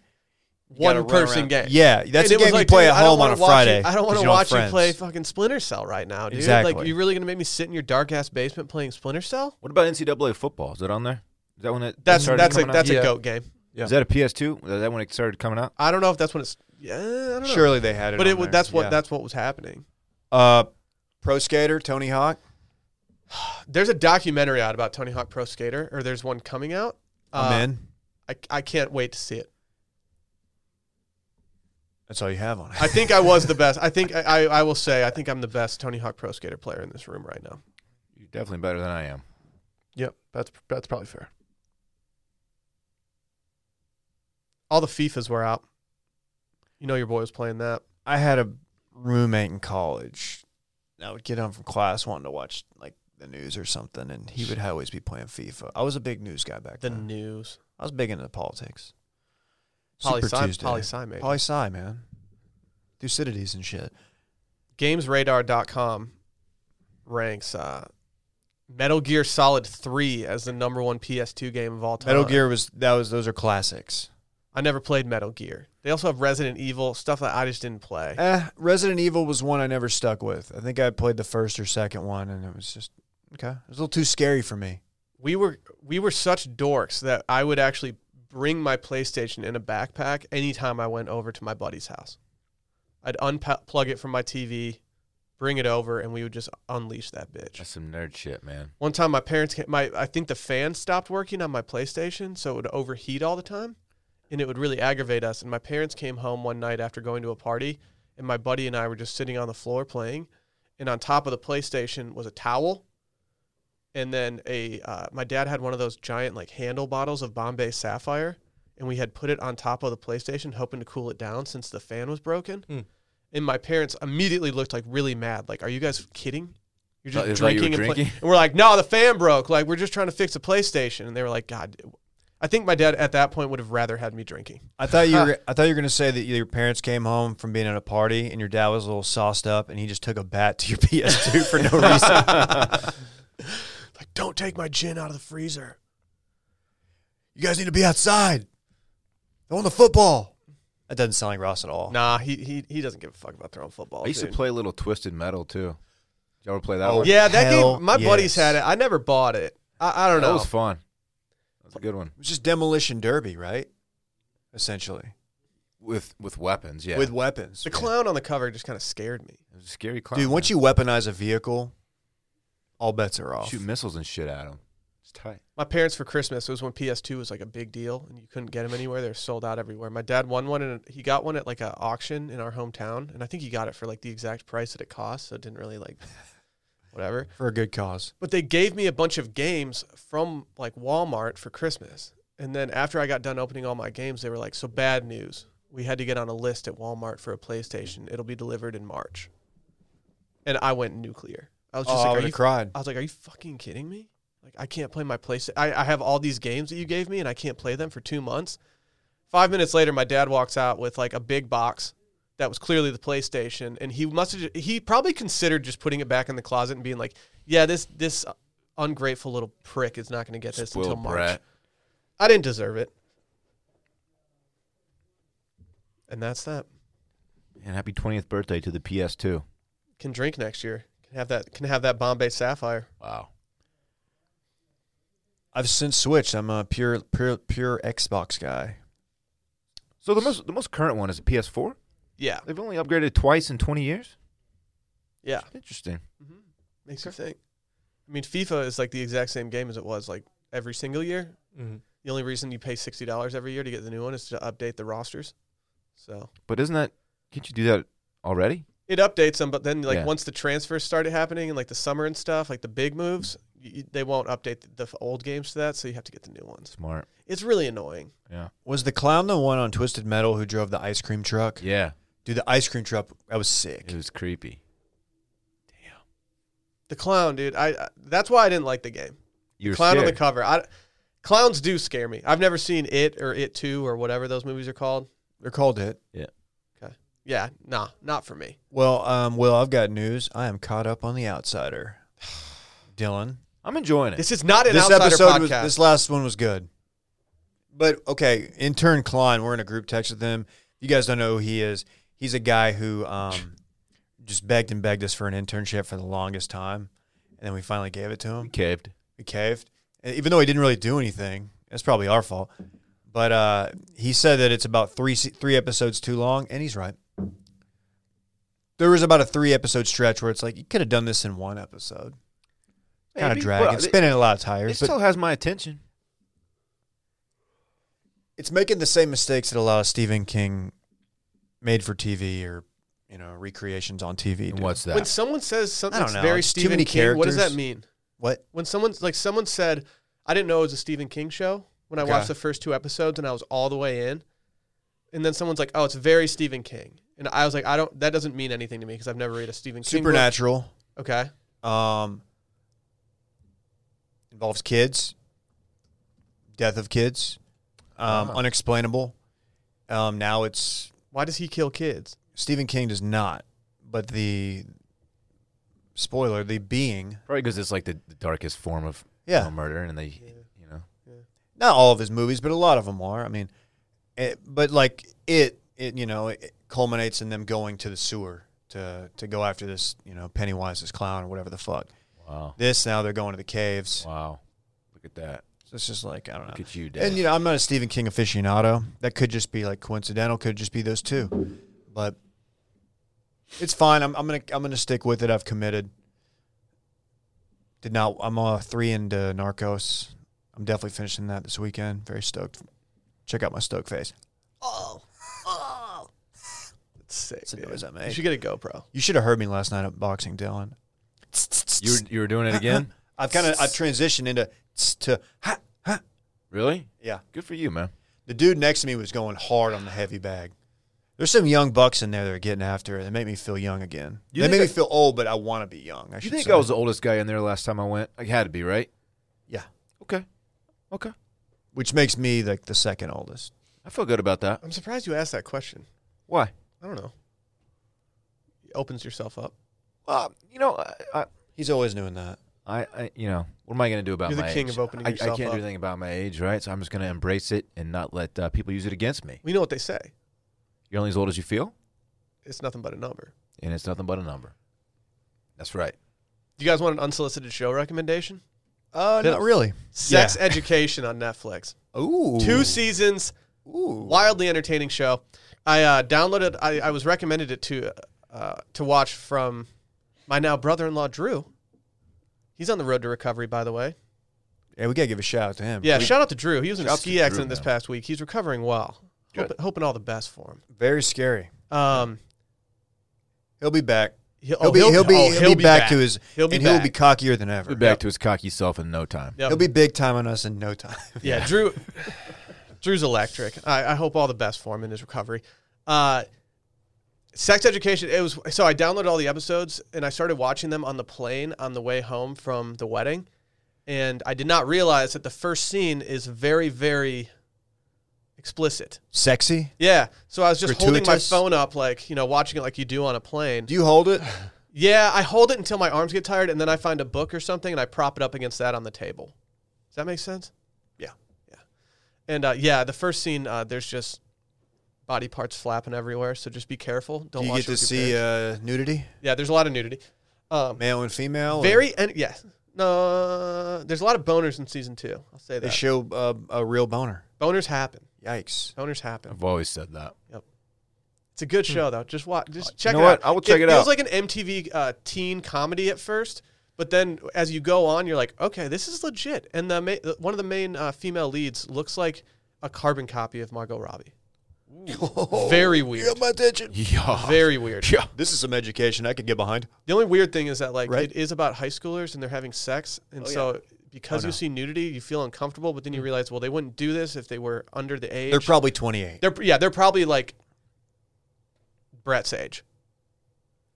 Speaker 2: you gotta
Speaker 1: One
Speaker 2: run
Speaker 1: person
Speaker 2: around.
Speaker 1: game.
Speaker 2: Yeah, that's
Speaker 1: And it
Speaker 2: a
Speaker 1: was
Speaker 2: game
Speaker 1: like,
Speaker 2: you play
Speaker 1: dude,
Speaker 2: at
Speaker 1: I don't
Speaker 2: home on
Speaker 1: wanna
Speaker 2: a
Speaker 1: watch
Speaker 2: Friday.
Speaker 1: You, I don't
Speaker 2: 'cause
Speaker 1: want
Speaker 2: you
Speaker 1: to
Speaker 2: don't have
Speaker 1: watch you play
Speaker 2: friends.
Speaker 1: fucking Splinter Cell right now, dude. Like,
Speaker 2: Exactly.
Speaker 1: you really gonna make me sit in your dark ass basement playing Splinter Cell?
Speaker 3: What about NCAA football? Is that on there? Is that when it
Speaker 1: That's
Speaker 3: started
Speaker 1: that's a
Speaker 3: coming out?
Speaker 1: that's
Speaker 4: Yeah.
Speaker 1: a goat game.
Speaker 3: Is that a PS2? Is that when it started coming out?
Speaker 1: I don't know if that's when it's yeah, I don't know.
Speaker 2: Surely they had it.
Speaker 1: but
Speaker 2: on
Speaker 1: it was
Speaker 2: there.
Speaker 1: that's what
Speaker 2: Yeah.
Speaker 1: that's what was happening.
Speaker 2: Uh, Pro Skater, Tony Hawk.
Speaker 1: There's a documentary out about Tony Hawk Pro Skater, or there's one coming out.
Speaker 2: I'm
Speaker 1: Uh,
Speaker 2: in.
Speaker 1: I I can't wait to see it.
Speaker 2: That's all you have on it.
Speaker 1: I think I was the best. I think I, I, I will say I think I'm the best Tony Hawk Pro Skater player in this room right now.
Speaker 3: You're definitely better than I am.
Speaker 4: Yep, that's that's probably fair.
Speaker 1: All the FIFAs were out. You know your boy was playing that.
Speaker 2: I had a roommate in college. I would get home from class wanting to watch like the news or something, and he would always be playing FIFA. I was a big news guy back
Speaker 1: The
Speaker 2: then.
Speaker 1: news.
Speaker 2: I was big into politics.
Speaker 1: Poli
Speaker 2: Super
Speaker 1: sci,
Speaker 2: Tuesday.
Speaker 1: poli sci major.
Speaker 2: Poli sci, man. Thucydides and shit.
Speaker 1: GamesRadar.com ranks uh, Metal Gear Solid 3 as the number one PS2 game of all time.
Speaker 2: Metal Gear was that was those are classics.
Speaker 1: I never played Metal Gear. They also have Resident Evil, stuff that I just didn't play.
Speaker 2: Eh, Resident Evil was one I never stuck with. I think I played the first or second one, and it was just okay. It was a little too scary for me.
Speaker 1: we were we were such dorks that I would actually bring my PlayStation in a backpack anytime I went over to my buddy's house. I'd unplug it from my TV, bring it over, and we would just unleash that bitch.
Speaker 3: That's some nerd shit, man.
Speaker 1: One time, my parents came, my I think the fan stopped working on my PlayStation, so it would overheat all the time, and it would really aggravate us. And my parents came home one night after going to a party, and my buddy and I were just sitting on the floor playing, and on top of the PlayStation was a towel, and then a uh, my dad had one of those giant like handle bottles of Bombay Sapphire, and we had put it on top of the PlayStation, hoping to cool it down since the fan was broken.
Speaker 4: Hmm.
Speaker 1: And my parents immediately looked like really mad, like, "Are you guys kidding?" You're
Speaker 3: Thought-
Speaker 1: just
Speaker 3: thought you were
Speaker 1: drinking, and, play-
Speaker 3: drinking?
Speaker 1: and we're like, no, the fan broke. Like, we're just trying to fix a PlayStation. And they were like, God, I think my dad at that point would have rather had me drinking.
Speaker 2: I thought you were, I thought you were gonna say that your parents came home from being at a party and your dad was a little sauced up and he just took a bat to your PS2 for no reason.
Speaker 1: Like, don't take my gin out of the freezer.
Speaker 2: you guys need to be outside. I want the football. That doesn't sound like Ross at all.
Speaker 1: Nah, he he, he doesn't give a fuck about throwing football.
Speaker 3: Oh. I used to
Speaker 1: dude.
Speaker 3: play a little Twisted Metal too. Did y'all ever play that
Speaker 2: Oh,
Speaker 3: one?
Speaker 1: Yeah, that
Speaker 2: Hell
Speaker 1: game. My buddies
Speaker 2: yes.
Speaker 1: had it. I never bought it. I, I don't
Speaker 3: that
Speaker 1: know.
Speaker 3: was fun. That was a good one
Speaker 2: It was just demolition derby, right? Essentially,
Speaker 3: with with weapons. Yeah,
Speaker 2: with weapons.
Speaker 1: the clown on the cover just kind of scared me.
Speaker 3: it was a scary clown.
Speaker 2: Dude, once you weaponize a vehicle, all bets are off.
Speaker 3: shoot missiles and shit at him, it's tight.
Speaker 1: My parents for Christmas it was when PS2 was like a big deal and you couldn't get them anywhere. They were sold out everywhere. My dad won one and he got one at like an auction in our hometown, and I think he got it for like the exact price that it cost. So it didn't really like whatever.
Speaker 2: For a good cause.
Speaker 1: But they gave me a bunch of games from like Walmart for Christmas, And then after I got done opening all my games, they were like, "So bad news. We had to get on a list at Walmart for a PlayStation. It'll be delivered in March." And I went nuclear. I was just
Speaker 2: Oh, I
Speaker 1: like,
Speaker 2: would
Speaker 1: "Are you
Speaker 2: have cried.
Speaker 1: I was like, "Are you fucking kidding me? Like, I can't play my PlayStation. I, I have all these games that you gave me, and I can't play them for two months." Five minutes later, my dad walks out with like a big box that was clearly the PlayStation, and he must have. He probably considered just putting it back in the closet and being like, "Yeah, this this ungrateful little prick is not going to get this
Speaker 3: Spoiled
Speaker 1: until March."
Speaker 3: brat.
Speaker 1: I didn't deserve it, and that's that.
Speaker 3: And happy 20th birthday to the PS2.
Speaker 1: Can drink next year. Can have that. Can have that Bombay Sapphire.
Speaker 3: Wow.
Speaker 2: I've since switched. I'm a pure, pure, pure Xbox guy.
Speaker 3: So the most the most current one is a PS4.
Speaker 1: Yeah,
Speaker 3: They've only upgraded twice in 20 years.
Speaker 1: yeah.
Speaker 3: Interesting.
Speaker 1: Mm-hmm. Makes you think. I mean, FIFA is like the exact same game as it was like every single year.
Speaker 4: Mhm.
Speaker 1: The only reason you pay sixty dollars every year to get the new one is to update the rosters. So
Speaker 3: But isn't that? Can't you do that already?
Speaker 1: it updates them, but then like
Speaker 3: Yeah.
Speaker 1: once the transfers started happening and like the summer and stuff, like the big moves, y y- they won't update the, f old games to that, so you have to get the new ones.
Speaker 3: Smart.
Speaker 1: It's really annoying.
Speaker 3: Yeah.
Speaker 2: Was the clown the one on Twisted Metal who drove the ice cream truck?
Speaker 3: Yeah.
Speaker 2: Dude, the ice cream truck, that was sick.
Speaker 3: It was creepy.
Speaker 1: The clown, dude. I, I that's why I didn't like the game.
Speaker 3: You were
Speaker 1: clown on
Speaker 3: scared.
Speaker 1: the cover. I, clowns do scare me. I've never seen it or it two or whatever those movies are called.
Speaker 2: They're called it.
Speaker 1: Yeah, nah, not for me.
Speaker 2: Well, um, well, I've got news. I am caught up on The Outsider. Dylan,
Speaker 3: I'm enjoying it.
Speaker 1: This is not an
Speaker 2: this
Speaker 1: outsider
Speaker 2: episode
Speaker 1: podcast.
Speaker 2: was this last one was good but okay intern klein we're in a group text with him you guys don't know who he is he's a guy who um, just begged and begged us for an internship for the longest time and then we finally gave it to
Speaker 3: We
Speaker 2: him
Speaker 3: caved.
Speaker 2: we caved And even though he didn't really do anything that's probably our fault but uh, he said that it's about three se- three episodes too long and he's right there was about a three episode stretch where it's like you could have done this in one episode kind of
Speaker 3: Maybe.
Speaker 2: dragging
Speaker 3: Well,
Speaker 2: it's
Speaker 3: it-
Speaker 2: spinning a lot of
Speaker 3: It
Speaker 2: tires but
Speaker 3: still has my attention.
Speaker 2: it's making the same mistakes that a lot of Stephen King made for TV or you know recreations on TV.
Speaker 3: And
Speaker 2: do.
Speaker 3: what's that?
Speaker 1: When someone says something
Speaker 2: I don't
Speaker 1: that's
Speaker 2: know,
Speaker 1: very
Speaker 2: it's too
Speaker 1: Stephen
Speaker 2: many
Speaker 1: King, what does that
Speaker 2: characters.
Speaker 1: mean?
Speaker 2: what?
Speaker 1: When someone's like someone said, I didn't know it was a Stephen King show when I
Speaker 2: Okay.
Speaker 1: watched the first two episodes and I was all the way in. And then someone's like, "Oh, it's very Stephen King." And I was like, "I don't that doesn't mean anything to me because I've never read a Stephen King book."
Speaker 2: Supernatural
Speaker 1: Okay.
Speaker 2: um, involves kids, death of kids, um,
Speaker 3: Ah.
Speaker 2: unexplainable. Um, now it's
Speaker 1: Why does he kill kids?
Speaker 2: Stephen King does not, but the spoiler the being
Speaker 3: Probably because it's like the, the darkest form of
Speaker 2: yeah
Speaker 3: uh, murder, and they, you know,
Speaker 2: not all of his movies, but a lot of them are. I mean, it, but like it, it you know, it culminates in them going to the sewer to to go after this, you know, Pennywise's clown or whatever the fuck.
Speaker 3: wow,
Speaker 2: This now they're going to the caves.
Speaker 3: wow, look at that,
Speaker 2: So it's just like I don't know.
Speaker 3: look at you, Dad.
Speaker 2: And you know, I'm not a Stephen King aficionado. That could just be like coincidental. Could just be those two, but it's fine. I'm, I'm gonna I'm gonna stick with it. I've committed. Did not. I'm uh, three into Narcos. I'm definitely finishing that this weekend. Very stoked. Check out my stoked face.
Speaker 1: Oh. Oh. It's sick.
Speaker 2: That's the
Speaker 1: dude.
Speaker 2: noise I
Speaker 1: You
Speaker 2: made.
Speaker 1: should get a GoPro.
Speaker 2: You should have heard me last night at boxing, Dylan.
Speaker 3: you were, you were doing it again,
Speaker 2: I've kind of I've transitioned into to ha, ha.
Speaker 3: really?
Speaker 2: yeah.
Speaker 3: Good for you, man.
Speaker 2: The dude next to me was going hard on the heavy bag. There's some young bucks in there that are getting after it. They make me feel young again.
Speaker 3: You
Speaker 2: they
Speaker 3: think
Speaker 2: make me
Speaker 3: I-
Speaker 2: feel old, but I want to be young. I
Speaker 3: You
Speaker 2: should
Speaker 3: think
Speaker 2: say.
Speaker 3: I was the oldest guy in there last time I went? I had to be, right?
Speaker 2: Yeah.
Speaker 3: Okay, okay.
Speaker 2: which makes me like the second oldest.
Speaker 3: I feel good about that.
Speaker 1: I'm surprised you asked that question.
Speaker 3: Why?
Speaker 1: I don't know. He opens yourself up.
Speaker 3: Well, you know, I, I,
Speaker 2: He's always doing that.
Speaker 3: I, I you know, what am I going to do about
Speaker 1: You're the
Speaker 3: my
Speaker 1: king
Speaker 3: age?
Speaker 1: of opening
Speaker 3: I, I
Speaker 1: yourself
Speaker 3: can't
Speaker 1: up.
Speaker 3: do anything about my age, right? So I'm just going to embrace it and not let uh, people use it against me.
Speaker 1: We know what they say.
Speaker 3: You're only as old as you feel,
Speaker 1: It's nothing but a number.
Speaker 3: and it's nothing but a number. That's right.
Speaker 1: Do you guys want an unsolicited show recommendation?
Speaker 2: Uh,
Speaker 1: Phil-
Speaker 2: not really.
Speaker 1: Sex Education on Netflix.
Speaker 2: Ooh,
Speaker 1: Two seasons,
Speaker 2: Ooh.
Speaker 1: wildly entertaining show. I uh, downloaded. I, I was recommended it to uh, to watch from my now brother-in-law Drew. He's on the road to recovery, by the way.
Speaker 2: Yeah, we gotta give a shout out to him.
Speaker 1: Yeah, shout out to Drew. He was in a
Speaker 3: Shout out to
Speaker 1: ski
Speaker 3: Drew,
Speaker 1: accident this
Speaker 3: man.
Speaker 1: past week. He's recovering well.
Speaker 3: Good.
Speaker 1: Hoping, hoping all the best for him.
Speaker 2: very scary.
Speaker 1: Um,
Speaker 2: He'll be back.
Speaker 1: He'll,
Speaker 2: He'll
Speaker 1: oh,
Speaker 2: be, he'll be,
Speaker 1: oh,
Speaker 2: he'll, be, back, to his,
Speaker 1: He'll be
Speaker 2: and he'll
Speaker 1: back.
Speaker 2: be cockier than ever.
Speaker 3: Be back to his cocky self in no time.
Speaker 1: Yep.
Speaker 2: He'll be big time on us in no time.
Speaker 1: Yeah, Drew. Drew's electric. I, I hope all the best for him in his recovery. Uh, sex education. It was so I downloaded all the episodes and I started watching them on the plane on the way home from the wedding, and I did not realize that the first scene is very very explicit.
Speaker 2: Sexy?
Speaker 1: Yeah, so I was just holding my
Speaker 2: Gratuitous?
Speaker 1: phone up like you know watching it like you do on a plane.
Speaker 2: Do you hold it?
Speaker 1: Yeah, I hold it until my arms get tired, and then I find a book or something, and I prop it up against that on the table. Does that make sense? Yeah, yeah. And uh, yeah, the first scene, uh, there's just body parts flapping everywhere, so just be careful. Don't
Speaker 2: Do you
Speaker 1: watch
Speaker 2: get
Speaker 1: it
Speaker 2: to
Speaker 1: with your
Speaker 2: see
Speaker 1: parents.
Speaker 2: uh, nudity,
Speaker 1: yeah, there's a lot of nudity. Um,
Speaker 2: male and female? or-
Speaker 1: very and yeah, no, there's a lot of boners in season two. I'll say
Speaker 2: They
Speaker 1: that
Speaker 2: show uh, a real boner.
Speaker 1: boners happen.
Speaker 2: Yikes.
Speaker 1: Boners happen.
Speaker 3: I've always said that.
Speaker 1: It's a good show though. Just watch. Just check
Speaker 3: Hmm.
Speaker 1: it
Speaker 3: know
Speaker 1: out.
Speaker 3: what? I will check it
Speaker 1: It
Speaker 3: out.
Speaker 1: was like an MTV uh, teen comedy at first, but then as you go on, you're like, okay, this is legit. And the ma- one of the main uh, female leads looks like a carbon copy of Margot Robbie.
Speaker 3: Oh,
Speaker 1: Very weird.
Speaker 2: You got my attention.
Speaker 3: Yeah.
Speaker 1: Very weird.
Speaker 3: Yeah.
Speaker 2: This is some education I could get behind.
Speaker 1: The only weird thing is that like
Speaker 2: Right.
Speaker 1: it is about high schoolers and they're having sex, and
Speaker 3: Oh,
Speaker 1: so. Because you see nudity, you feel uncomfortable, but then
Speaker 3: Hmm.
Speaker 1: you realize, well, they wouldn't do this if they were under the age.
Speaker 2: They're probably 28.
Speaker 1: They're yeah, they're probably like Brett's age.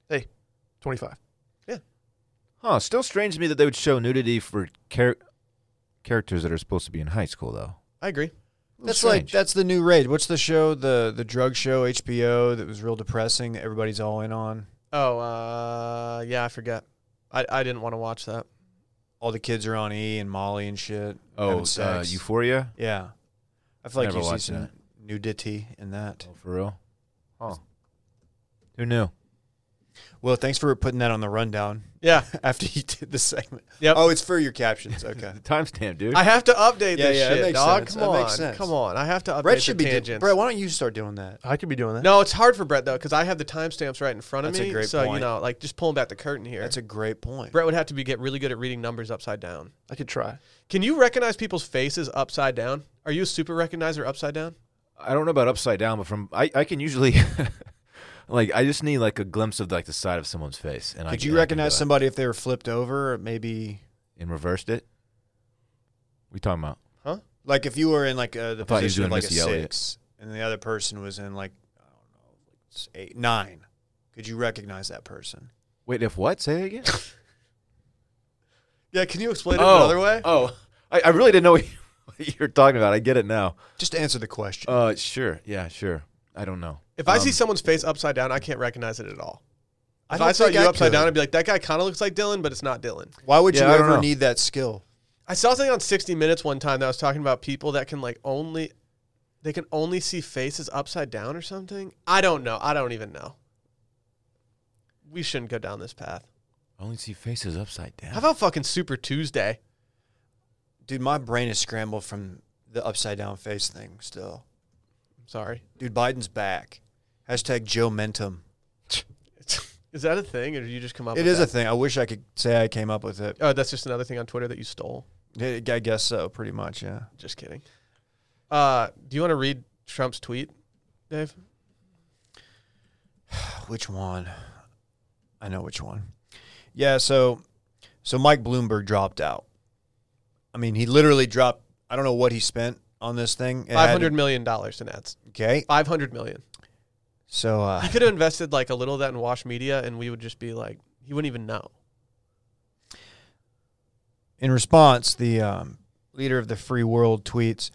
Speaker 4: Hey, 25.
Speaker 3: Huh. Still strange to me that they would show nudity for char- characters that are supposed to be in high school, though.
Speaker 1: I agree.
Speaker 2: That's like
Speaker 3: strange.
Speaker 2: that's the new raid. What's the show? The the drug show HBO that was real depressing that everybody's all in on.
Speaker 1: Oh, uh, yeah, I forget. I, I didn't want to watch that.
Speaker 2: All the kids are on E and Molly and shit.
Speaker 3: Oh,
Speaker 2: having
Speaker 3: uh,
Speaker 2: sex.
Speaker 3: Euphoria.
Speaker 2: yeah. I feel like
Speaker 3: Never
Speaker 2: you see
Speaker 3: watched
Speaker 2: some
Speaker 3: that.
Speaker 2: nudity in that.
Speaker 3: Oh, for real? Huh. Who knew?
Speaker 2: Well, thanks for putting that on the rundown
Speaker 1: Yeah,
Speaker 2: after you did the segment.
Speaker 1: Yep.
Speaker 2: Oh, it's for your captions. Okay.
Speaker 3: The timestamp, dude.
Speaker 1: I have to update
Speaker 2: Yeah,
Speaker 1: this
Speaker 2: yeah, that
Speaker 1: shit,
Speaker 2: makes
Speaker 1: dog.
Speaker 2: sense.
Speaker 1: Come
Speaker 2: That
Speaker 1: on,
Speaker 2: makes sense.
Speaker 1: come on. I have to update.
Speaker 2: Brett should
Speaker 1: the
Speaker 2: be. Doing,
Speaker 1: tangents.
Speaker 2: Brett, why don't you start doing that?
Speaker 4: I could be doing that.
Speaker 1: no, it's hard for Brett though because I have the timestamps right in front of
Speaker 2: That's a
Speaker 1: me.
Speaker 2: great
Speaker 1: so you
Speaker 2: point.
Speaker 1: know, like just pulling back the curtain here.
Speaker 2: That's a great point.
Speaker 1: Brett would have to be get really good at reading numbers upside down.
Speaker 4: I could try.
Speaker 1: Can you recognize people's faces upside down? Are you a super recognizer upside down?
Speaker 3: I don't know about upside down, but from I, I can usually like I just need like a glimpse of like the side of someone's face, and I
Speaker 2: Could
Speaker 3: can-
Speaker 2: you
Speaker 3: I can
Speaker 2: recognize
Speaker 3: do it.
Speaker 2: somebody if they were flipped over? Or maybe
Speaker 3: and reversed it? We talking about?
Speaker 2: like if you were in like uh, the
Speaker 3: I thought he was
Speaker 2: position of
Speaker 3: doing
Speaker 2: like
Speaker 3: Missy
Speaker 2: a
Speaker 3: Elliott.
Speaker 2: six, and the other person was in like I don't know, like s- eight, nine. Could you recognize that person?
Speaker 3: Wait, if what? Say that again.
Speaker 1: Yeah. Can you explain it
Speaker 3: oh,
Speaker 1: another way?
Speaker 3: Oh, I, I really didn't know what you- what you were talking about. I get it now.
Speaker 2: Just answer the question.
Speaker 3: Uh, sure. Yeah, sure. I don't know.
Speaker 1: If I see
Speaker 3: Um,
Speaker 1: someone's face upside down, I can't recognize it at all.
Speaker 2: I
Speaker 1: If
Speaker 2: don't
Speaker 1: I, saw
Speaker 2: think
Speaker 1: you
Speaker 2: I
Speaker 1: upside
Speaker 2: could.
Speaker 1: down, I'd be like, that guy kind of looks like Dylan, but it's not Dylan.
Speaker 2: Why would
Speaker 3: Yeah,
Speaker 2: you
Speaker 3: I don't
Speaker 2: ever
Speaker 3: know.
Speaker 2: need that skill?
Speaker 1: I saw something on 60 Minutes one time that was talking about people that can like only they can only see faces upside down or something. I don't know. I don't even know. We shouldn't go down this path.
Speaker 3: I only see faces upside down.
Speaker 1: How about fucking Super Tuesday?
Speaker 2: Dude, my brain is scrambled from the upside down face thing still.
Speaker 1: I'm sorry.
Speaker 2: Dude, Biden's back. Hashtag Joe Mentum.
Speaker 1: Is that a thing or did you just come up
Speaker 2: It
Speaker 1: with
Speaker 2: is a thing. I wish I could say I came up with it.
Speaker 1: a Oh, that's just another thing on Twitter that you stole.
Speaker 2: I I guess so, pretty much, yeah.
Speaker 1: Just kidding. Uh, do you want to read Trump's tweet, Dave?
Speaker 2: Which one? I know which one. Yeah, so so Mike Bloomberg dropped out. I mean, he literally dropped I don't know what he spent on this thing. It had-
Speaker 1: 500 million dollars in ads.
Speaker 2: Okay.
Speaker 1: 500 million.
Speaker 2: So uh
Speaker 1: He could have invested like a little of that in Wash Media and we would just be like he wouldn't even know.
Speaker 2: In response, the um, leader of the free world tweets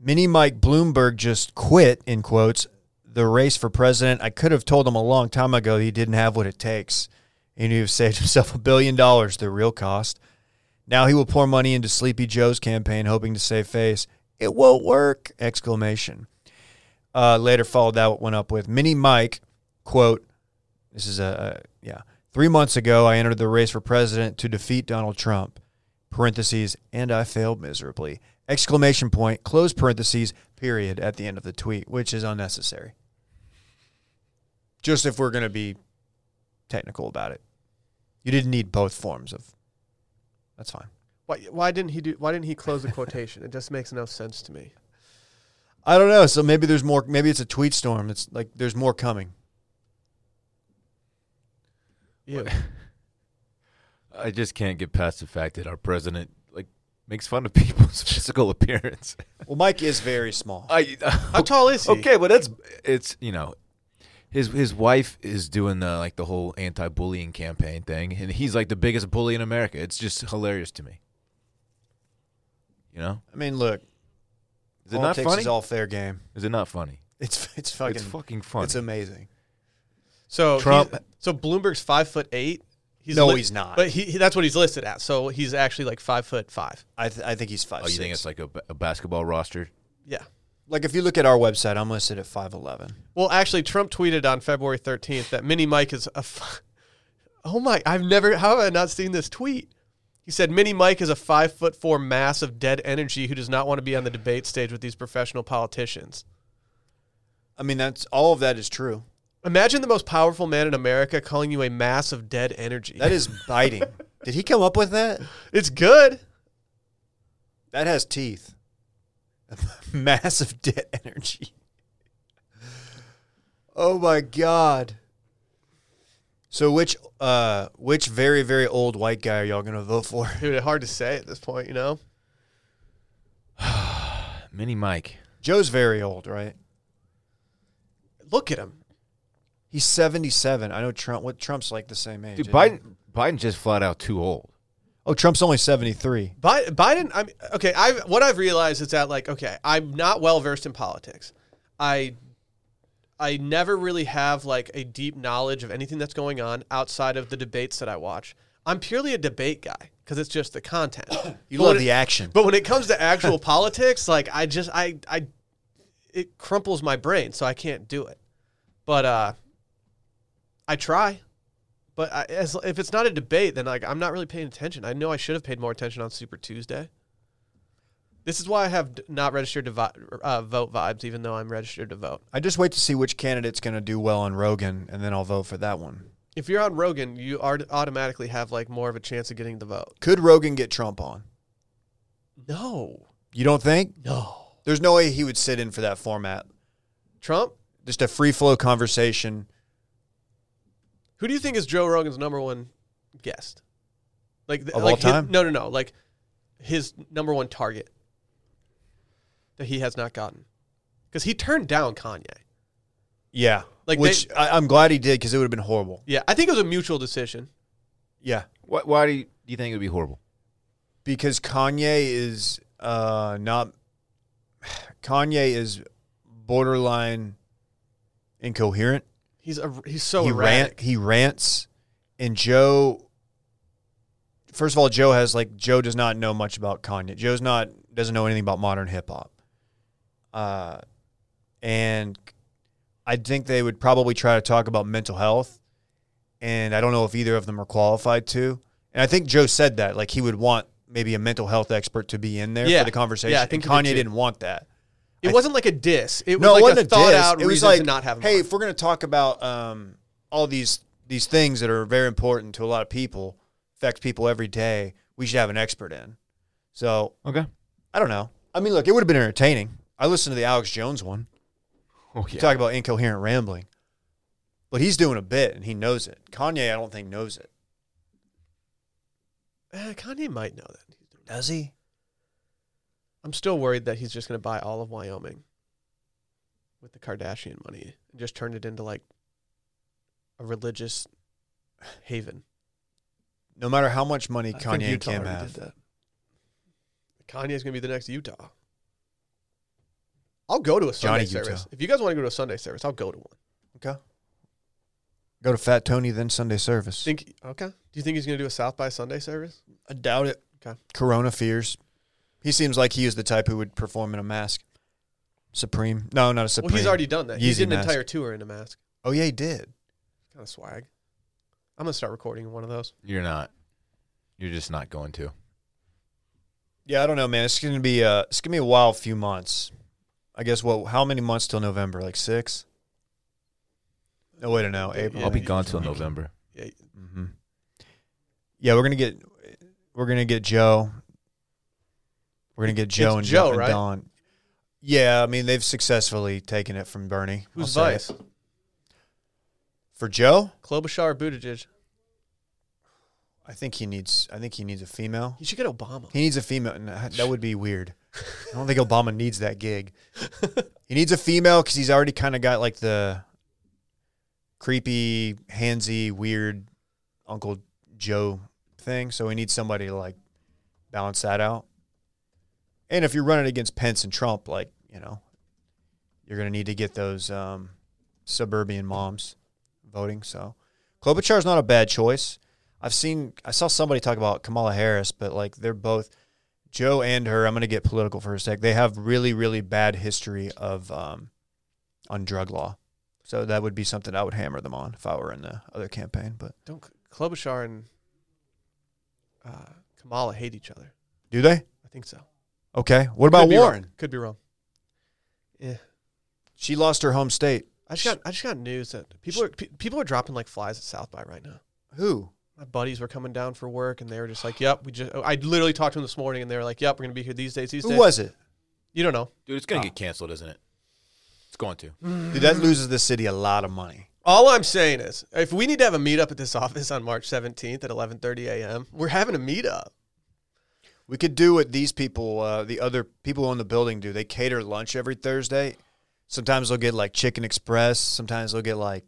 Speaker 2: Mini Mike Bloomberg just quit, in quotes, the race for president. I could have told him a long time ago he didn't have what it takes. He knew he saved himself a billion dollars, the real cost. Now he will pour money into Sleepy Joe's campaign, hoping to save face. It won't work! Exclamation. Uh, later followed that one up with Mini Mike, quote, this is a, a yeah. Three months ago, I entered the race for president to defeat Donald Trump. Parentheses and I failed miserably. Exclamation point. Close parentheses. Period. At the end of the tweet, which is unnecessary. Just if we're going to be technical about it, you didn't need both forms of. That's fine.
Speaker 1: Why, why didn't he do? Why didn't he close the quotation? It just makes no sense to me.
Speaker 2: I don't know. So maybe there's more. Maybe it's a tweet storm. It's like there's more coming.
Speaker 1: Ew.
Speaker 3: I just can't get past the fact that our president like makes fun of people's physical appearance.
Speaker 2: Well, Mike is very small.
Speaker 3: I
Speaker 1: How tall is he?
Speaker 3: okay, but that's it's you know, his his wife is doing the like the whole anti-bullying campaign thing, and he's like the biggest bully in America. It's just hilarious to me. You know,
Speaker 2: I mean, look,
Speaker 3: is it not
Speaker 2: politics
Speaker 3: funny?
Speaker 2: is all fair game.
Speaker 3: is it not funny?
Speaker 2: It's it's fucking
Speaker 3: it's fucking funny.
Speaker 2: it's amazing.
Speaker 1: So
Speaker 3: Trump-
Speaker 1: he's- So Bloomberg's five foot eight. He's
Speaker 2: No, he's not.
Speaker 1: But he, he- that's what he's listed at. So he's actually like five foot five.
Speaker 2: I th- I think he's five.
Speaker 3: oh, you think it's like a, ba- a basketball roster?
Speaker 1: Yeah.
Speaker 2: like if you look at our website, I'm listed at five eleven.
Speaker 1: Well, actually, Trump tweeted on February 13th that Mini Mike is a. F- oh my! I've never. How have I not seen this tweet? He said Mini Mike is a five foot four mass of dead energy who does not want to be on the debate stage with these professional politicians.
Speaker 2: I mean, that's all of that is true.
Speaker 1: Imagine the most powerful man in America calling you a mass of dead energy.
Speaker 2: That is biting. Did he come up with that?
Speaker 1: it's good.
Speaker 2: That has teeth. Massive dead energy. Oh my god. So which uh which very very old white guy are y'all gonna vote for?
Speaker 1: Dude, hard to say at this point, you know.
Speaker 3: Mini Mike.
Speaker 2: Joe's very old, right?
Speaker 1: Look at him.
Speaker 2: He's seventy seven. I know Trump. What Trump's like the same age.
Speaker 3: Dude,
Speaker 2: isn't he?
Speaker 3: Biden Biden just flat out too old.
Speaker 2: Oh, Trump's only seventy three.
Speaker 1: Bi- Biden, I'm okay. I have what I've realized is that like, okay, I'm not well versed in politics. I, I never really have like a deep knowledge of anything that's going on outside of the debates that I watch. I'm purely a debate guy because it's just the content.
Speaker 2: You
Speaker 1: But
Speaker 2: love
Speaker 1: when
Speaker 2: the
Speaker 1: it-
Speaker 2: action.
Speaker 1: But when it comes to actual politics, like I just I I, it crumples my brain, so I can't do it. But uh, I try. But I, as, if it's not a debate, then like I'm not really paying attention. I know I should have paid more attention on Super Tuesday. This is why I have d- not registered to vi- uh, vote vibes, even though I'm registered to vote.
Speaker 2: I just wait to see which candidate's gonna do well on Rogan, and then I'll vote for that one.
Speaker 1: If you're on Rogan, you are automatically have like more of a chance of getting the vote.
Speaker 2: Could Rogan get Trump on?
Speaker 1: No,
Speaker 2: You don't think?
Speaker 1: no.
Speaker 2: There's no way he would sit in for that format.
Speaker 1: Trump.
Speaker 2: Just a free flow conversation.
Speaker 1: Who do you think is Joe Rogan's number one guest? Like th-
Speaker 2: Of
Speaker 1: like
Speaker 2: all
Speaker 1: his-
Speaker 2: time?
Speaker 1: no, no, no. Like his number one target that he has not gotten because he turned down Kanye.
Speaker 2: Yeah.
Speaker 1: Like
Speaker 2: which I, I'm glad he did because it would have been horrible.
Speaker 1: Yeah, I think it was a mutual decision.
Speaker 2: Yeah.
Speaker 3: Why, why do you, do you think it would be horrible?
Speaker 2: Because Kanye is uh not Kanye is borderline incoherent.
Speaker 1: He's a, he's so
Speaker 2: he
Speaker 1: erratic.
Speaker 2: rant he rants and Joe First of all, Joe has like Joe does not know much about Kanye. Joe's not doesn't know anything about modern hip hop. Uh and I think they would probably try to talk about mental health. And I don't know if either of them are qualified to. And I think Joe said that. Like he would want maybe a mental health expert to be in there
Speaker 1: Yeah.
Speaker 2: for the conversation.
Speaker 1: Yeah, I
Speaker 2: and
Speaker 1: think he did
Speaker 2: Kanye
Speaker 1: too.
Speaker 2: didn't want that.
Speaker 1: It
Speaker 2: I-
Speaker 1: wasn't like a diss. It was like a
Speaker 2: wasn't
Speaker 1: thought
Speaker 2: diss.
Speaker 1: out
Speaker 2: It was
Speaker 1: reason
Speaker 2: like,
Speaker 1: to not have him.
Speaker 2: Hey,
Speaker 1: on.
Speaker 2: if we're gonna talk about um, all these these things that are very important to a lot of people, affect people every day, we should have an expert in. So
Speaker 3: Okay.
Speaker 2: I don't know. I mean, look, it would have been entertaining. I listened to the Alex Jones one.
Speaker 3: Oh yeah.
Speaker 2: Talk about incoherent rambling, but he's doing a bit and he knows it. Kanye, I don't think knows it.
Speaker 1: Eh, Kanye might know that.
Speaker 2: Does he?
Speaker 1: I'm still worried that he's just going to buy all of Wyoming with the Kardashian money and just turn it into like a religious haven.
Speaker 2: No matter how much money
Speaker 4: I think
Speaker 2: Kanye
Speaker 4: Utah
Speaker 2: can
Speaker 4: already
Speaker 2: have,
Speaker 4: did that.
Speaker 1: Kanye's gonna be the next Utah. I'll go to a Sunday
Speaker 2: Johnny
Speaker 1: service.
Speaker 2: Utah.
Speaker 1: If you guys want to go to a Sunday service, I'll go to one.
Speaker 2: okay. Go to Fat Tony then Sunday service.
Speaker 1: Think okay? Do you think he's gonna do a South by Sunday service?
Speaker 2: I doubt it.
Speaker 1: Okay.
Speaker 2: Corona fears. He seems like he is the type who would perform in a mask. Supreme. No, not a Supreme.
Speaker 1: Well, he's already done that. he
Speaker 2: Yeezy
Speaker 1: did an
Speaker 2: mask.
Speaker 1: entire tour in a mask.
Speaker 2: Oh, yeah, he did.
Speaker 1: Kind of swag. I'm gonna start recording one of those.
Speaker 3: You're not. You're just not going to.
Speaker 2: Yeah, I don't know, man. It's going to be a, it's going to be a wild few months. I guess, what, how many months till November? Like six? No, wait, no, April.
Speaker 3: I'll be
Speaker 1: Yeah.
Speaker 3: gone till November.
Speaker 1: Yeah,
Speaker 2: hmm Yeah, we're going to get, we're going to get Joe. We're going to get Joe and
Speaker 1: Joe,
Speaker 2: Don- and
Speaker 1: right?
Speaker 2: Don. Yeah, I mean, they've successfully taken it from Bernie. I'll
Speaker 1: who's
Speaker 2: say it.
Speaker 1: vice?
Speaker 2: For Joe?
Speaker 1: Klobuchar, or Buttigieg.
Speaker 2: I think he needs. I think he needs a female.
Speaker 1: You should get Obama.
Speaker 2: He needs a female. Nah, that would be weird. I don't think Obama needs that gig. He needs a female because he's already kind of got like the creepy, handsy, weird Uncle Joe thing. So he needs somebody to like balance that out. And if you're running against Pence and Trump, like you know, you're gonna need to get those um, suburban moms voting. So Klobuchar's not a bad choice. I've seen I saw somebody talk about Kamala Harris, but like they're both Joe and her. I'm gonna get political for a sec. They have really really bad history of um, on drug law, so that would be something I would hammer them on if I were in the other campaign. But
Speaker 1: Don't Klobuchar and uh, Kamala hate each other.
Speaker 2: do they?
Speaker 1: I think so.
Speaker 2: Okay. What about
Speaker 1: Could be wrong.
Speaker 2: Warren?
Speaker 1: Could be wrong. Yeah.
Speaker 2: She lost her home state.
Speaker 1: I just got I just got news that people are pe- people are dropping like flies at South by right now.
Speaker 2: Who?
Speaker 1: My buddies were coming down for work and they were just like, "Yep, we just." I literally talked to them this morning and they were like, "Yep, we're gonna be here these days, these
Speaker 2: Who
Speaker 1: days."
Speaker 2: was it?
Speaker 1: You don't know.
Speaker 3: Dude, it's gonna get canceled, isn't it? It's going to.
Speaker 2: Dude, that loses the city a lot of money.
Speaker 1: All I'm saying is, if we need to have a meetup at this office on March 17th at 11:30 a.m., we're having a meetup.
Speaker 2: We could do what these people, uh, the other people who own the building, do. They cater lunch every Thursday. Sometimes they'll get like Chicken Express. Sometimes they'll get like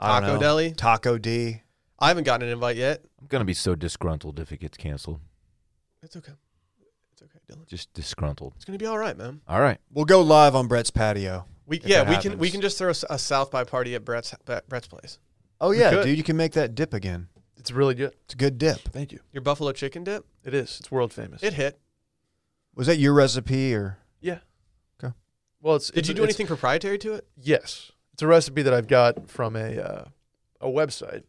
Speaker 2: I don't
Speaker 1: Taco
Speaker 2: know,
Speaker 1: Deli?
Speaker 2: Taco D.
Speaker 1: I haven't gotten an invite yet.
Speaker 3: I'm gonna be so disgruntled if it gets canceled.
Speaker 1: It's okay. It's okay, Dylan.
Speaker 3: Just disgruntled.
Speaker 1: It's gonna be all right, man.
Speaker 3: All right.
Speaker 2: We'll go live on Brett's patio.
Speaker 1: We
Speaker 2: If
Speaker 1: yeah,
Speaker 2: that
Speaker 1: we can we
Speaker 2: happens.
Speaker 1: can just throw a s- a South by party at Brett's Brett- Brett's place.
Speaker 2: Oh yeah,
Speaker 4: could.
Speaker 2: dude, you can make that dip again.
Speaker 4: It's really good.
Speaker 2: It's a good dip.
Speaker 4: Thank you.
Speaker 1: Your buffalo chicken dip,
Speaker 4: It is. It's world famous.
Speaker 1: it hit.
Speaker 2: Was that your recipe or?
Speaker 4: yeah.
Speaker 2: Okay.
Speaker 4: Well, it's.
Speaker 1: Did
Speaker 4: it's-
Speaker 1: you do
Speaker 4: it's-
Speaker 1: anything proprietary to it?
Speaker 4: Yes, it's a recipe that I've got from a uh, a website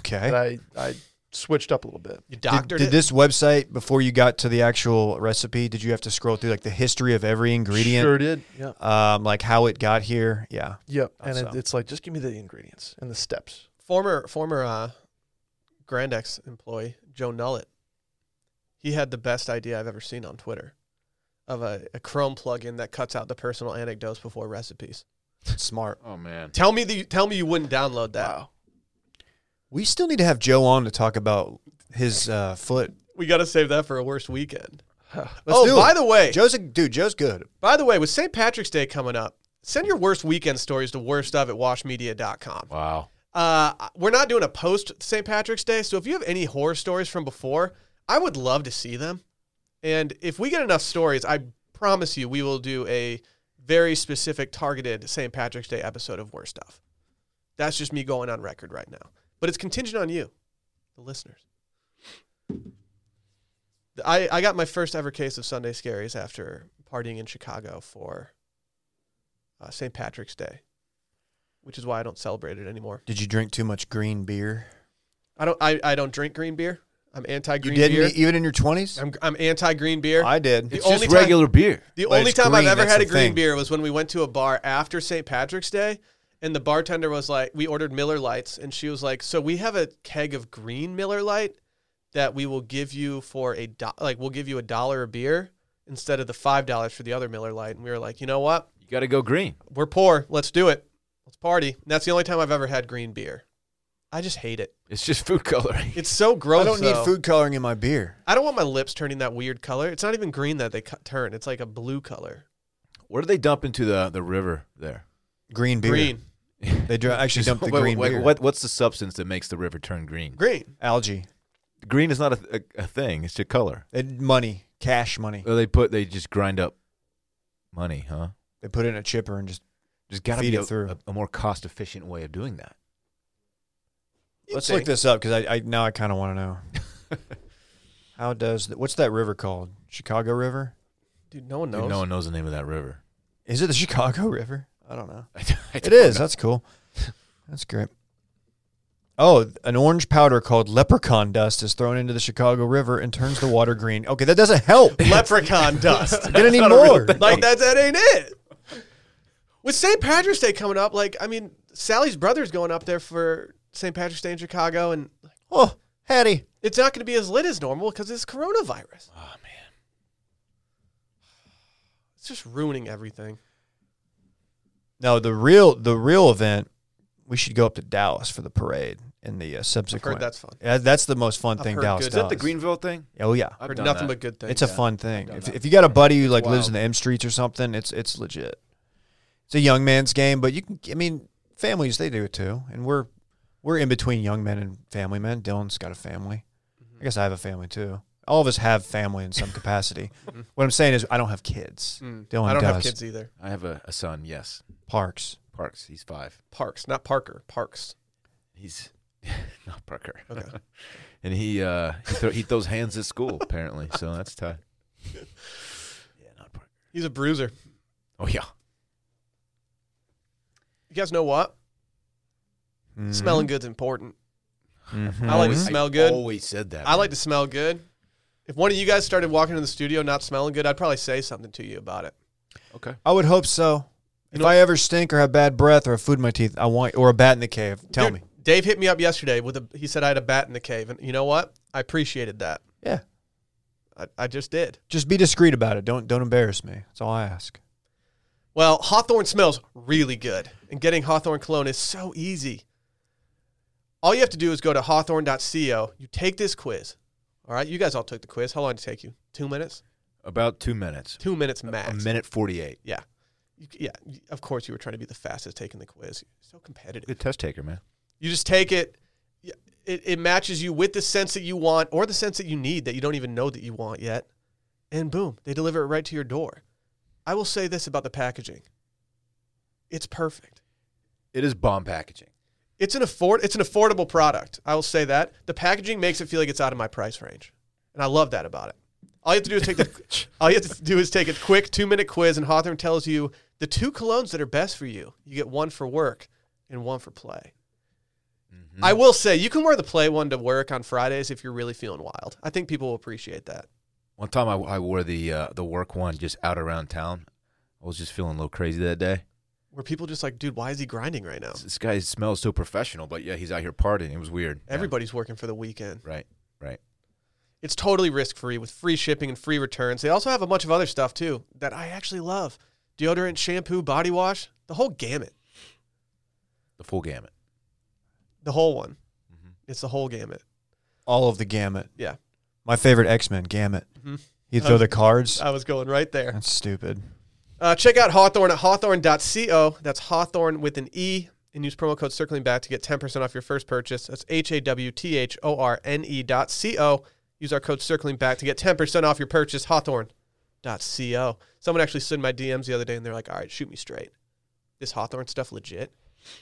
Speaker 2: Okay.
Speaker 4: that I I switched up a little bit.
Speaker 1: You
Speaker 2: Did,
Speaker 1: doctored
Speaker 2: did
Speaker 1: it.
Speaker 2: this website before you got to the actual recipe? Did you have to scroll through like the history of every ingredient?
Speaker 4: Sure did. Yeah.
Speaker 2: um, like how it got here. Yeah.
Speaker 4: Yep. And
Speaker 2: Awesome.
Speaker 4: it, it's like just give me the ingredients and the steps.
Speaker 1: former former uh, Grand X employee Joe Nullett, he had the best idea I've ever seen on Twitter, of a, a Chrome plugin that cuts out the personal anecdotes before recipes.
Speaker 2: Smart.
Speaker 3: Oh man.
Speaker 1: Tell me that you, tell me you wouldn't download that.
Speaker 4: Wow.
Speaker 2: We still need to have Joe on to talk about his uh, foot.
Speaker 1: We got to save that for a worse weekend.
Speaker 2: Let's
Speaker 1: oh,
Speaker 2: do
Speaker 1: by
Speaker 2: it.
Speaker 1: the way,
Speaker 2: Joe's a dude. Joe's good.
Speaker 1: by the way, with St. Patrick's Day coming up, send your worst weekend stories to worst of at washmedia.com.
Speaker 3: Wow.
Speaker 1: Uh, we're not doing a post St. Patrick's Day, so if you have any horror stories from before, I would love to see them. And if we get enough stories, I promise you we will do a very specific targeted St. Patrick's Day episode of Worst Stuff. That's just me going on record right now. But it's contingent on you, the listeners. I, I got my first ever case of Sunday scaries after partying in Chicago for uh, St. Patrick's Day, which is why I don't celebrate it anymore.
Speaker 2: Did you drink too much green beer?
Speaker 1: I don't. I, I don't drink green beer. I'm anti
Speaker 2: You
Speaker 1: green
Speaker 2: didn't
Speaker 1: beer.
Speaker 2: e- even in your twenties.
Speaker 1: I'm I'm anti green beer.
Speaker 2: I did.
Speaker 1: The
Speaker 3: It's just
Speaker 1: only time-
Speaker 3: regular beer.
Speaker 1: the
Speaker 2: but
Speaker 1: only
Speaker 2: it's
Speaker 1: time
Speaker 2: green,
Speaker 1: I've ever
Speaker 2: that's
Speaker 1: had a
Speaker 2: the
Speaker 1: green
Speaker 2: thing.
Speaker 1: beer was when we went to a bar after St. Patrick's Day, and the bartender was like, "We ordered Miller Lights," and she was like, "So we have a keg of green Miller Light that we will give you for a do- like we'll give you a dollar a beer instead of the five dollars for the other Miller Light." And we were like, "You know what?
Speaker 3: You gotta go green.
Speaker 1: We're poor. Let's do it. Let's party." And that's the only time I've ever had green beer. I just hate it.
Speaker 3: It's just food coloring.
Speaker 1: It's so gross.
Speaker 2: I don't need
Speaker 1: though.
Speaker 2: food coloring in my beer.
Speaker 1: I don't want my lips turning that weird color. It's not even green that they cut, turn. It's like a blue color.
Speaker 3: What do they dump into the, the river there?
Speaker 2: Green beer.
Speaker 1: Green.
Speaker 2: They dr- actually dumped the
Speaker 3: What-
Speaker 2: green
Speaker 3: what,
Speaker 2: beer.
Speaker 3: What, what's the substance that makes the river turn green?
Speaker 1: Green.
Speaker 2: Algae.
Speaker 3: Green is not a, a, a thing. It's a color.
Speaker 2: And money. Cash money.
Speaker 3: Well, they put they just grind up money, huh?
Speaker 2: They put it in a chipper and just.
Speaker 3: There's got to
Speaker 2: Feed
Speaker 3: be
Speaker 2: it
Speaker 3: a,
Speaker 2: through.
Speaker 3: a, a more cost efficient way of doing that.
Speaker 2: Let's
Speaker 1: think.
Speaker 2: look this up because I, I now I kind of want to know. How does th- what's that river called? Chicago River?
Speaker 1: Dude, no one
Speaker 3: Dude,
Speaker 1: knows.
Speaker 3: no one knows the name of that river.
Speaker 2: Is it the Chicago River? I don't know.
Speaker 3: I don't- I
Speaker 2: It
Speaker 3: don't
Speaker 2: is.
Speaker 3: know.
Speaker 2: That's cool. That's great. Oh, an orange powder called leprechaun dust is thrown into the Chicago River and turns the water green. Okay, that doesn't help.
Speaker 1: Leprechaun dust.
Speaker 2: Get any
Speaker 3: not a real
Speaker 2: more?
Speaker 3: thing.
Speaker 1: Like that. That ain't it. With St. Patrick's Day coming up, like I mean, Sally's brother's going up there for St. Patrick's Day in Chicago, and
Speaker 2: Oh, Hattie.
Speaker 1: it's not going to be as lit as normal because it's coronavirus.
Speaker 3: Oh man.
Speaker 1: It's just ruining everything.
Speaker 2: No, the real the real event. We should go up to Dallas for the parade. in the
Speaker 1: I've
Speaker 2: uh,
Speaker 1: heard
Speaker 2: subsequent.
Speaker 1: that's fun.
Speaker 2: Yeah, that's the most fun
Speaker 1: I've
Speaker 2: thing
Speaker 1: heard
Speaker 2: Dallas
Speaker 1: good-
Speaker 3: Is that the
Speaker 2: does.
Speaker 3: Greenville thing?
Speaker 2: Oh yeah,
Speaker 3: I've
Speaker 1: heard
Speaker 3: done
Speaker 1: nothing
Speaker 3: that.
Speaker 1: but good things.
Speaker 2: it's a
Speaker 1: yeah.
Speaker 2: fun thing.
Speaker 3: done
Speaker 2: If,
Speaker 3: that.
Speaker 2: if you got a buddy who like lives
Speaker 1: wild.
Speaker 2: in the M streets or something, it's it's legit. It's a young man's game, but you can. I mean, families they do it too, and we're we're in between young men and family men. Dylan's got a family.
Speaker 1: Mm-hmm.
Speaker 2: I guess I have a family too. All of us have family in some capacity. What I'm saying is, I don't have kids.
Speaker 1: Mm.
Speaker 2: Dylan
Speaker 1: I don't have
Speaker 2: does.
Speaker 1: kids e- either.
Speaker 3: I have a, a son. Yes,
Speaker 2: Parks.
Speaker 3: Parks. He's five.
Speaker 1: Parks, not Parker. Parks.
Speaker 3: He's not Parker.
Speaker 1: Okay.
Speaker 3: and he uh he, throw, he throws hands at school apparently. So that's tough. yeah, not Parker.
Speaker 1: He's a bruiser.
Speaker 3: Oh yeah.
Speaker 1: You guys know what?
Speaker 2: Mhm.
Speaker 1: Smelling good's important.
Speaker 2: Mhm.
Speaker 1: I like to
Speaker 3: Always-
Speaker 1: smell good.
Speaker 3: Always said that.
Speaker 1: I like to smell good. If one of you guys started walking in the studio not smelling good, I'd probably say something to you about it.
Speaker 3: Okay.
Speaker 2: I would hope so. If I ever stink or have bad breath or have food in my teeth, I want or a bat in the cave. Tell
Speaker 1: Dude,
Speaker 2: me.
Speaker 1: Dave hit me up yesterday with a. He said I had a bat in the cave, and you know what? I appreciated that.
Speaker 2: Yeah.
Speaker 1: I, I just did.
Speaker 2: Just be discreet about it. Don't don't embarrass me. That's all I ask.
Speaker 1: Well, Hawthorne smells really good, and getting Hawthorne cologne is so easy. All you have to do is go to hawthorne.co. You take this quiz. All right, you guys all took the quiz. How long did it take you? Two minutes?
Speaker 3: About two minutes.
Speaker 1: Two minutes max.
Speaker 3: A minute forty-eight.
Speaker 1: Yeah. You, yeah, y- of course you were trying to be the fastest taking the quiz. So competitive.
Speaker 3: Good test taker, man.
Speaker 1: You just take it. y- It, it matches you with the sense that you want or the sense that you need that you don't even know that you want yet. And boom, they deliver it right to your door. I will say this about the packaging it's perfect.
Speaker 3: It is bomb packaging.
Speaker 1: It's an afford it's an affordable product. I will say that. The packaging makes it feel like it's out of my price range. And I love that about it. All you have to do is take the all you have to do is take a quick 2-minute quiz and Hawthorne tells you the two colognes that are best for you. You get one for work and one for play. I will say you can wear the play one to work on Fridays if you're really feeling wild. I think people will appreciate that.
Speaker 3: One time I, I wore the uh, the work one just out around town. I was just feeling a little crazy that day.
Speaker 1: Where people just like, dude, why is he grinding right now?
Speaker 3: This- This guy smells so professional, but yeah, he's out here partying. It was weird. Yeah.
Speaker 1: Everybody's working for the weekend.
Speaker 3: Right. Right.
Speaker 1: It's totally risk free with free shipping and free returns. They also have a bunch of other stuff too that I actually love deodorant, shampoo, body wash, the whole gamut.
Speaker 3: The full gamut.
Speaker 1: The whole one.
Speaker 3: Mhm.
Speaker 1: It's the whole gamut.
Speaker 2: All of the gamut.
Speaker 1: Yeah.
Speaker 2: My favorite X Men gamut.
Speaker 1: Mhm.
Speaker 2: You throw
Speaker 1: Um,
Speaker 2: the cards.
Speaker 1: I was going right there.
Speaker 2: That's stupid.
Speaker 1: Uh, check out Hawthorne at hawthorne.co. That's Hawthorne with an E. And use promo code circling back to get 10% off your first purchase. That's H A W T H O R N E dot C O. Use our code circling back to get 10% off your purchase. Hawthorne.co. Someone actually slid in my DMs the other day and they're like, all right, shoot me straight. This Hawthorne stuff legit?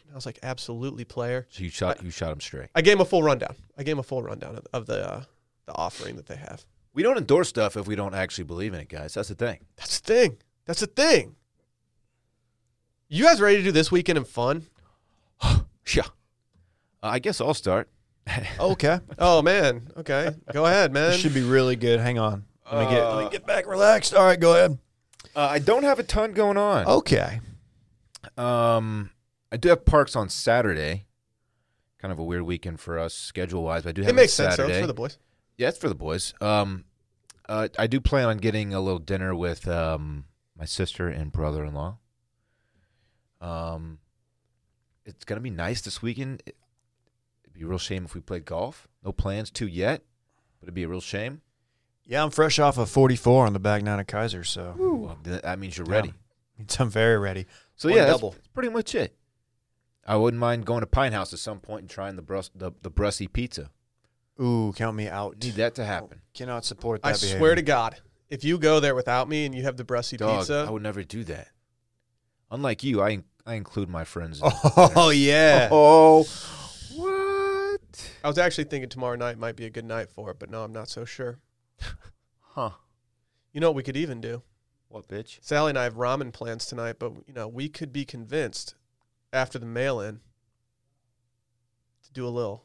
Speaker 1: And I was like, absolutely, player.
Speaker 3: So you shot you shot him straight.
Speaker 1: I gave him a full rundown. I gave him a full rundown of, of the uh, the offering that they have.
Speaker 3: We don't endorse stuff if we don't actually believe in it, guys. That's the thing.
Speaker 1: That's the thing. That's the thing. You guys ready to do this weekend in fun?
Speaker 3: Yeah. Uh, I guess I'll start.
Speaker 2: Okay.
Speaker 1: Oh man. Okay. Go ahead,
Speaker 2: this
Speaker 1: man.
Speaker 2: should be really good. Hang on. Let me get let me get back relaxed. All right, go ahead.
Speaker 3: Uh, I don't have a ton going on.
Speaker 2: Okay.
Speaker 3: Um, I do have parks on Saturday. Kind of a weird weekend for us schedule wise, but I do have
Speaker 1: It makes sense though.
Speaker 3: Saturday.
Speaker 1: It's for the boys.
Speaker 3: Yeah, it's for the boys. Um, uh, I do plan on getting a little dinner with um, my sister and brother in law. Um, it's gonna be nice this weekend. It- It'd be a real shame if we played golf. No plans to yet, but it'd be a real shame.
Speaker 2: Yeah, I'm fresh off of 44 on the back nine of Kaiser, so
Speaker 3: Well, th- that means you're ready.
Speaker 2: Yeah. Means I'm very ready.
Speaker 3: So
Speaker 2: One
Speaker 3: yeah, that's,
Speaker 2: double.
Speaker 3: that's pretty much it. I wouldn't mind going to Pine House at some point and trying the brus- the, the Brussy pizza.
Speaker 2: Ooh, count me out.
Speaker 3: Need that to happen.
Speaker 2: Cannot support that.
Speaker 1: I
Speaker 2: behavior.
Speaker 1: swear to God, if you go there without me and you have the Brussy
Speaker 3: Dog, I
Speaker 1: pizza,
Speaker 3: would never do that. Unlike you, I I include my friends. in
Speaker 2: Oh yeah.
Speaker 3: Oh, what?
Speaker 1: I was actually thinking tomorrow night might be a good night for it, but no, I'm not so sure.
Speaker 3: Huh?
Speaker 1: You know what we could even do?
Speaker 3: What, bitch?
Speaker 1: Sally and I have ramen plans tonight, but you know we could be convinced after the mail-in to do a little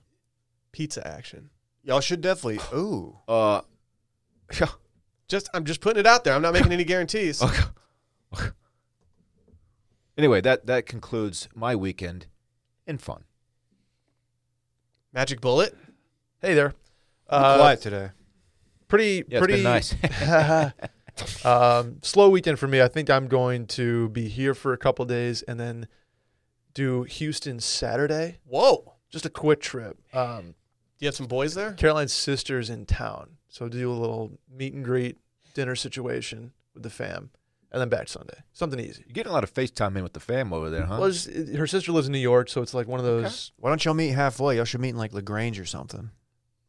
Speaker 1: pizza action.
Speaker 2: Y'all should definitely. Ooh.
Speaker 3: Uh,
Speaker 1: Just I'm just putting it out there. I'm not making any guarantees.
Speaker 3: okay. Okay. Anyway, that that concludes my weekend in fun.
Speaker 1: Magic bullet.
Speaker 4: Hey there.
Speaker 2: Uh,
Speaker 4: Uh,
Speaker 2: quiet today.
Speaker 4: pretty
Speaker 3: Yeah,
Speaker 4: pretty
Speaker 3: it's been nice.
Speaker 4: um, slow weekend for me. I think I'm going to be here for a couple days and then do Houston Saturday.
Speaker 1: Whoa.
Speaker 4: just a quick trip. Um,
Speaker 1: Do you have some boys there?
Speaker 4: Caroline's sister's in town, so do a little meet and greet dinner situation with the fam, and then back Sunday. Something easy.
Speaker 3: You're getting a lot of FaceTime in with the fam over there, huh?
Speaker 4: Well, it's- it- her sister lives in New York, so it's like one of those
Speaker 2: Why don't y'all meet halfway? Y'all should meet in like Lagrange or something.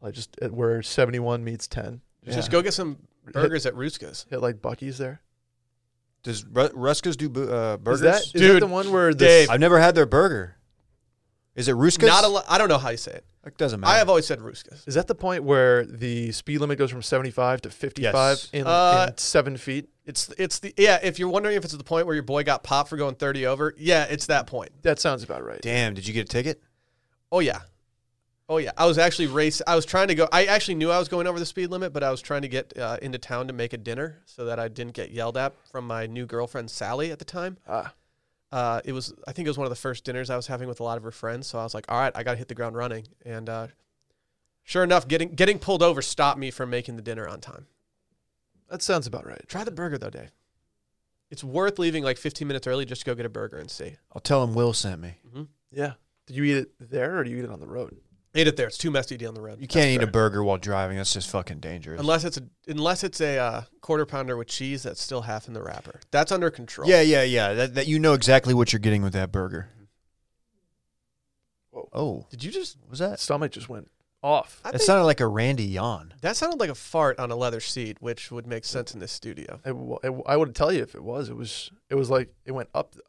Speaker 4: like just at where seventy one meets ten.
Speaker 1: Just
Speaker 2: Yeah.
Speaker 1: go get some
Speaker 4: Hit-
Speaker 1: burgers at Ruska's.
Speaker 4: Hit like Bucky's there.
Speaker 2: Does Ru- Ruska's do bu- uh, burgers?
Speaker 4: Is that is that
Speaker 1: Dude,
Speaker 4: the one where the
Speaker 1: Dave,
Speaker 2: I've never had their burger. Is it Ruska's?
Speaker 1: Not a lo- I don't know how you say it.
Speaker 2: It doesn't matter.
Speaker 1: I have always said Ruska's.
Speaker 4: Is that the point where the speed limit goes from 75 to 55
Speaker 2: Yes.
Speaker 4: in,
Speaker 1: Uh,
Speaker 4: in seven feet?
Speaker 1: It's it's the yeah. If you're wondering if it's the point where your boy got popped for going 30 over, yeah, it's that point.
Speaker 4: That sounds about right.
Speaker 2: Damn, did you get a ticket?
Speaker 1: Oh yeah, oh yeah. I was actually race. I was trying to go. I actually knew I was going over the speed limit, but I was trying to get uh, into town to make a dinner so that I didn't get yelled at from my new girlfriend Sally at the time.
Speaker 4: Ah,
Speaker 1: Uh, it was I think it was one of the first dinners I was having with a lot of her friends. So I was like, all right, I got to hit the ground running. And uh, sure enough, getting getting pulled over stopped me from making the dinner on time.
Speaker 4: that sounds about right.
Speaker 1: Try the burger though, Dave. It's worth leaving like 15 minutes early just to go get a burger and see.
Speaker 2: I'll tell him Will sent me.
Speaker 4: Yeah. Did you eat it there or do you eat it on the road?
Speaker 1: Ate it there. It's too messy to eat on the road.
Speaker 2: You can't
Speaker 1: That's
Speaker 2: eat
Speaker 1: fair.
Speaker 2: a burger while driving. That's just fucking dangerous.
Speaker 1: Unless it's a unless it's a uh, quarter pounder with cheese that's still half in the wrapper. That's under control.
Speaker 2: yeah, yeah, yeah. That, that you know exactly what you're getting with that burger.
Speaker 4: Whoa.
Speaker 2: Oh,
Speaker 1: Did you just?
Speaker 2: what was that?
Speaker 4: Stomach just went off.
Speaker 1: I
Speaker 2: That
Speaker 1: think-
Speaker 2: sounded like a Randy yawn.
Speaker 1: that sounded like a fart on a leather seat, which would make sense in this studio.
Speaker 4: It, wa- it, wa- I would tell you if it was. It was. It was like it went up. Though.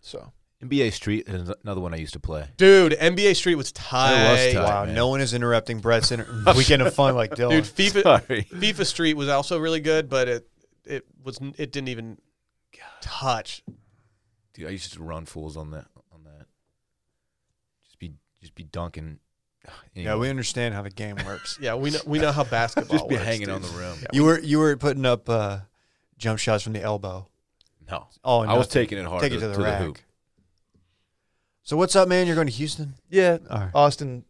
Speaker 4: So
Speaker 3: NBA Street is another one I used to play.
Speaker 1: Dude, NBA Street was
Speaker 3: It
Speaker 1: tight.
Speaker 3: was tight.
Speaker 2: Wow,
Speaker 3: man.
Speaker 2: no one is interrupting Brett's inter- weekend of fun like Dylan.
Speaker 1: Dude, FIFA
Speaker 3: Sorry.
Speaker 1: FIFA Street was also really good, but it it was it didn't even touch.
Speaker 3: Dude, I used to run fools on that on that. Just be just be dunking.
Speaker 2: yeah,
Speaker 3: Anyway,
Speaker 2: we understand how the game works.
Speaker 1: Yeah, we know we know how basketball
Speaker 3: just be
Speaker 1: works,
Speaker 3: hanging
Speaker 1: dude.
Speaker 3: on the rim.
Speaker 2: you were you were putting up uh, jump shots from the elbow.
Speaker 3: No,
Speaker 2: Oh,
Speaker 3: I was taking it hard.
Speaker 2: Take it
Speaker 3: to,
Speaker 2: to the rack.
Speaker 3: hoop.
Speaker 2: So what's up, man? You're going to Houston.
Speaker 4: yeah,
Speaker 2: All right.
Speaker 4: Austin,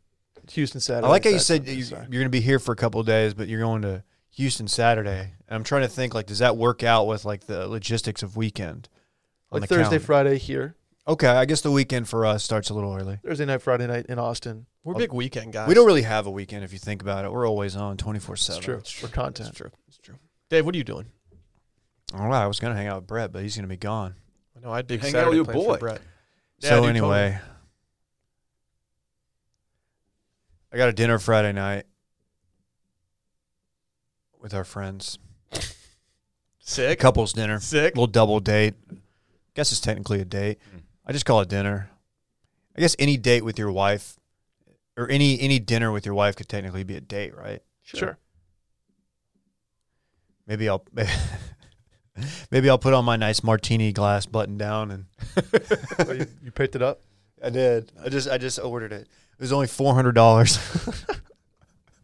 Speaker 4: Houston Saturday.
Speaker 2: I like how you said
Speaker 4: Saturday,
Speaker 2: you, you're
Speaker 4: sorry.
Speaker 2: going to be here for a couple of days, but you're going to Houston Saturday. And I'm trying to think like, does that work out with like the logistics of weekend? on
Speaker 4: like
Speaker 2: the
Speaker 4: Thursday,
Speaker 2: calendar?
Speaker 4: Friday here.
Speaker 2: Okay, I guess the weekend for us starts a little early.
Speaker 4: Thursday night, Friday night in Austin.
Speaker 1: We're big weekend
Speaker 4: Uh,
Speaker 1: guys.
Speaker 2: We don't really have a weekend if you think about it. We're always on 24
Speaker 4: It's
Speaker 2: 7.
Speaker 4: true. For
Speaker 1: It's
Speaker 4: content.
Speaker 1: true. It's true. Dave, what are you doing?
Speaker 2: I don't know. Oh, I was going to hang out with Brett, but he's going to be gone.
Speaker 1: No, I do.
Speaker 3: Hang out
Speaker 1: Saturday
Speaker 3: with your
Speaker 1: plans for
Speaker 3: boy.
Speaker 1: Brett. Yeah,
Speaker 2: so,
Speaker 1: dude,
Speaker 2: anyway, I got a dinner Friday night with our friends. A
Speaker 1: Sick.
Speaker 2: couple's dinner.
Speaker 1: Sick.
Speaker 2: little double date. Guess it's technically a date.
Speaker 3: Mm.
Speaker 2: I just call it dinner. I guess any date with your wife or any any dinner with your wife could technically be a date, right?
Speaker 4: Sure.
Speaker 2: Maybe I'll maybe I'll put on my nice martini glass button down and
Speaker 4: Oh, you, you picked it up.
Speaker 2: I did. I just I just ordered it. It was only four hundred dollars.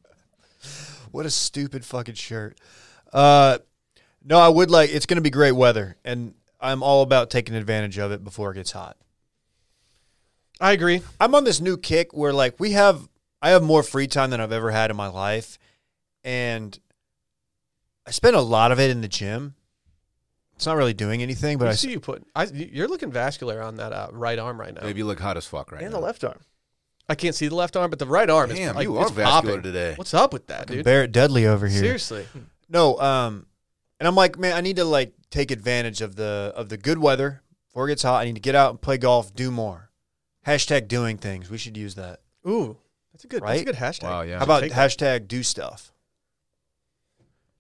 Speaker 2: what a stupid fucking shirt. Uh, no, I would like. It's going to be great weather, and I'm all about taking advantage of it before it gets hot.
Speaker 1: I agree.
Speaker 2: I'm on this new kick where like we have I have more free time than I've ever had in my life and I spend a lot of it in the gym. It's not really doing anything, but
Speaker 1: I
Speaker 2: I
Speaker 1: see you putting. I, you're looking vascular on that uh, right arm right now.
Speaker 3: Dave, you look hot as fuck right
Speaker 4: and
Speaker 3: now.
Speaker 4: the left arm.
Speaker 1: I can't see the left arm, but the right arm is
Speaker 3: Damn,
Speaker 1: like,
Speaker 3: you are
Speaker 1: it's
Speaker 3: vascular
Speaker 1: popping.
Speaker 3: today.
Speaker 1: What's up with that, dude?
Speaker 2: Barrett Dudley over here.
Speaker 1: Seriously,
Speaker 2: No, um and I'm like, man, I need to like take advantage of the of the good weather before it gets hot. I need to get out and play golf, do more. Hashtag doing things. We should use that.
Speaker 1: ooh, that's a good.
Speaker 2: Right?
Speaker 1: That's a good hashtag.
Speaker 3: Wow, yeah.
Speaker 2: How about
Speaker 1: Take
Speaker 2: hashtag do stuff?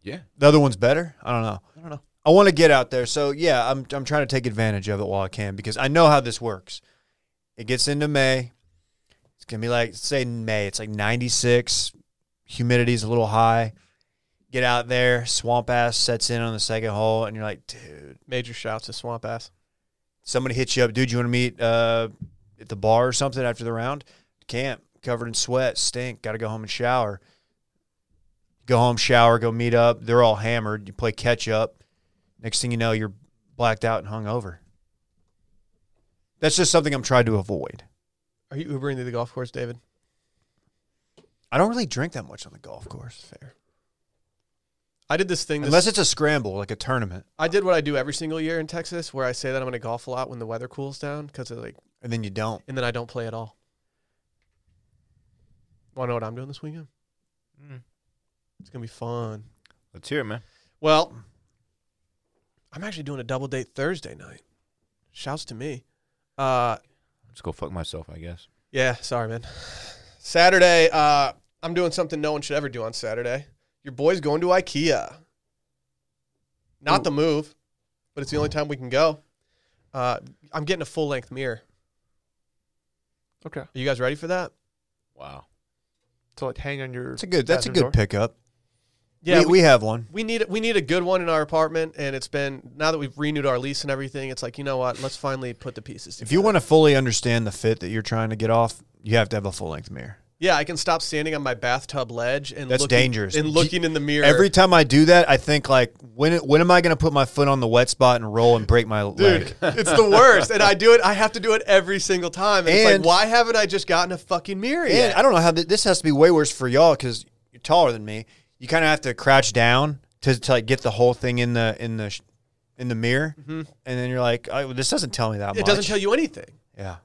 Speaker 3: Yeah,
Speaker 2: The other one's better? I don't know.
Speaker 4: I don't know.
Speaker 2: I want to get out there. So yeah, I'm I'm trying to take advantage of it while I can because I know how this works. It gets into May. It's gonna be like say in May. It's like 96. Humidity's a little high. Get out there. Swamp ass sets in on the second hole, and you're like, dude.
Speaker 1: Major shouts to Swamp Ass.
Speaker 2: Somebody hits you up, dude. You want to meet uh, at the bar or something after the round? Can't. Covered in sweat, stink. Got to go home and shower. Go home, shower, go meet up. They're all hammered. You play catch up. Next thing you know, you're blacked out and hung over. That's just something I'm trying to avoid.
Speaker 1: Are you Ubering to the golf course, David?
Speaker 2: I don't really drink that much on the golf course,
Speaker 1: Fair. I did this thing. This,
Speaker 2: unless it's a scramble like a tournament,
Speaker 1: I did what I do every single year in Texas, where I say that I'm going to golf a lot when the weather cools down, because like,
Speaker 2: and then you don't.
Speaker 1: and then I don't play at all. Want to know what I'm doing this weekend?
Speaker 3: Mm.
Speaker 1: It's gonna be fun.
Speaker 3: Let's hear it, man.
Speaker 1: Well, I'm actually doing a double date Thursday night. Shouts to me. Uh,
Speaker 3: Just go fuck myself, I guess.
Speaker 1: yeah, sorry, man. Saturday, uh, I'm doing something no one should ever do on Saturday. Your boy's going to IKEA. Not the move, but it's the only time we can go. Uh, I'm getting a full length mirror.
Speaker 4: Okay.
Speaker 1: Are you guys ready for that?
Speaker 3: Wow.
Speaker 4: To like hang on your.
Speaker 2: That's a good. That's a
Speaker 4: bathroom
Speaker 2: good
Speaker 4: door?
Speaker 2: pickup.
Speaker 1: Yeah,
Speaker 2: we, we have one.
Speaker 1: we need we need a good one in our apartment, and it's been now that we've renewed our lease and everything. It's like you know what? Let's finally put the pieces. Together.
Speaker 2: If you want to fully understand the fit that you're trying to get off, you have to have a full length mirror.
Speaker 1: yeah, I can stop standing on my bathtub ledge and
Speaker 2: That's
Speaker 1: looking,
Speaker 2: dangerous.
Speaker 1: and looking in the mirror.
Speaker 2: Every time I do that, I think like, when when am I going to put my foot on the wet spot and roll and break my
Speaker 1: dude,
Speaker 2: leg?
Speaker 1: it's the worst, and I do it. I have to do it every single time. And, it's like,
Speaker 2: And-
Speaker 1: why haven't I just gotten a fucking mirror
Speaker 2: And
Speaker 1: yet?
Speaker 2: I don't know how th- this has to be way worse for y'all because you're taller than me. You kind of have to crouch down to, to like get the whole thing in the in the sh- in the mirror, and then you're like, oh, this Mm-hmm. doesn't tell me that much.
Speaker 1: it doesn't tell you anything.
Speaker 2: Yeah.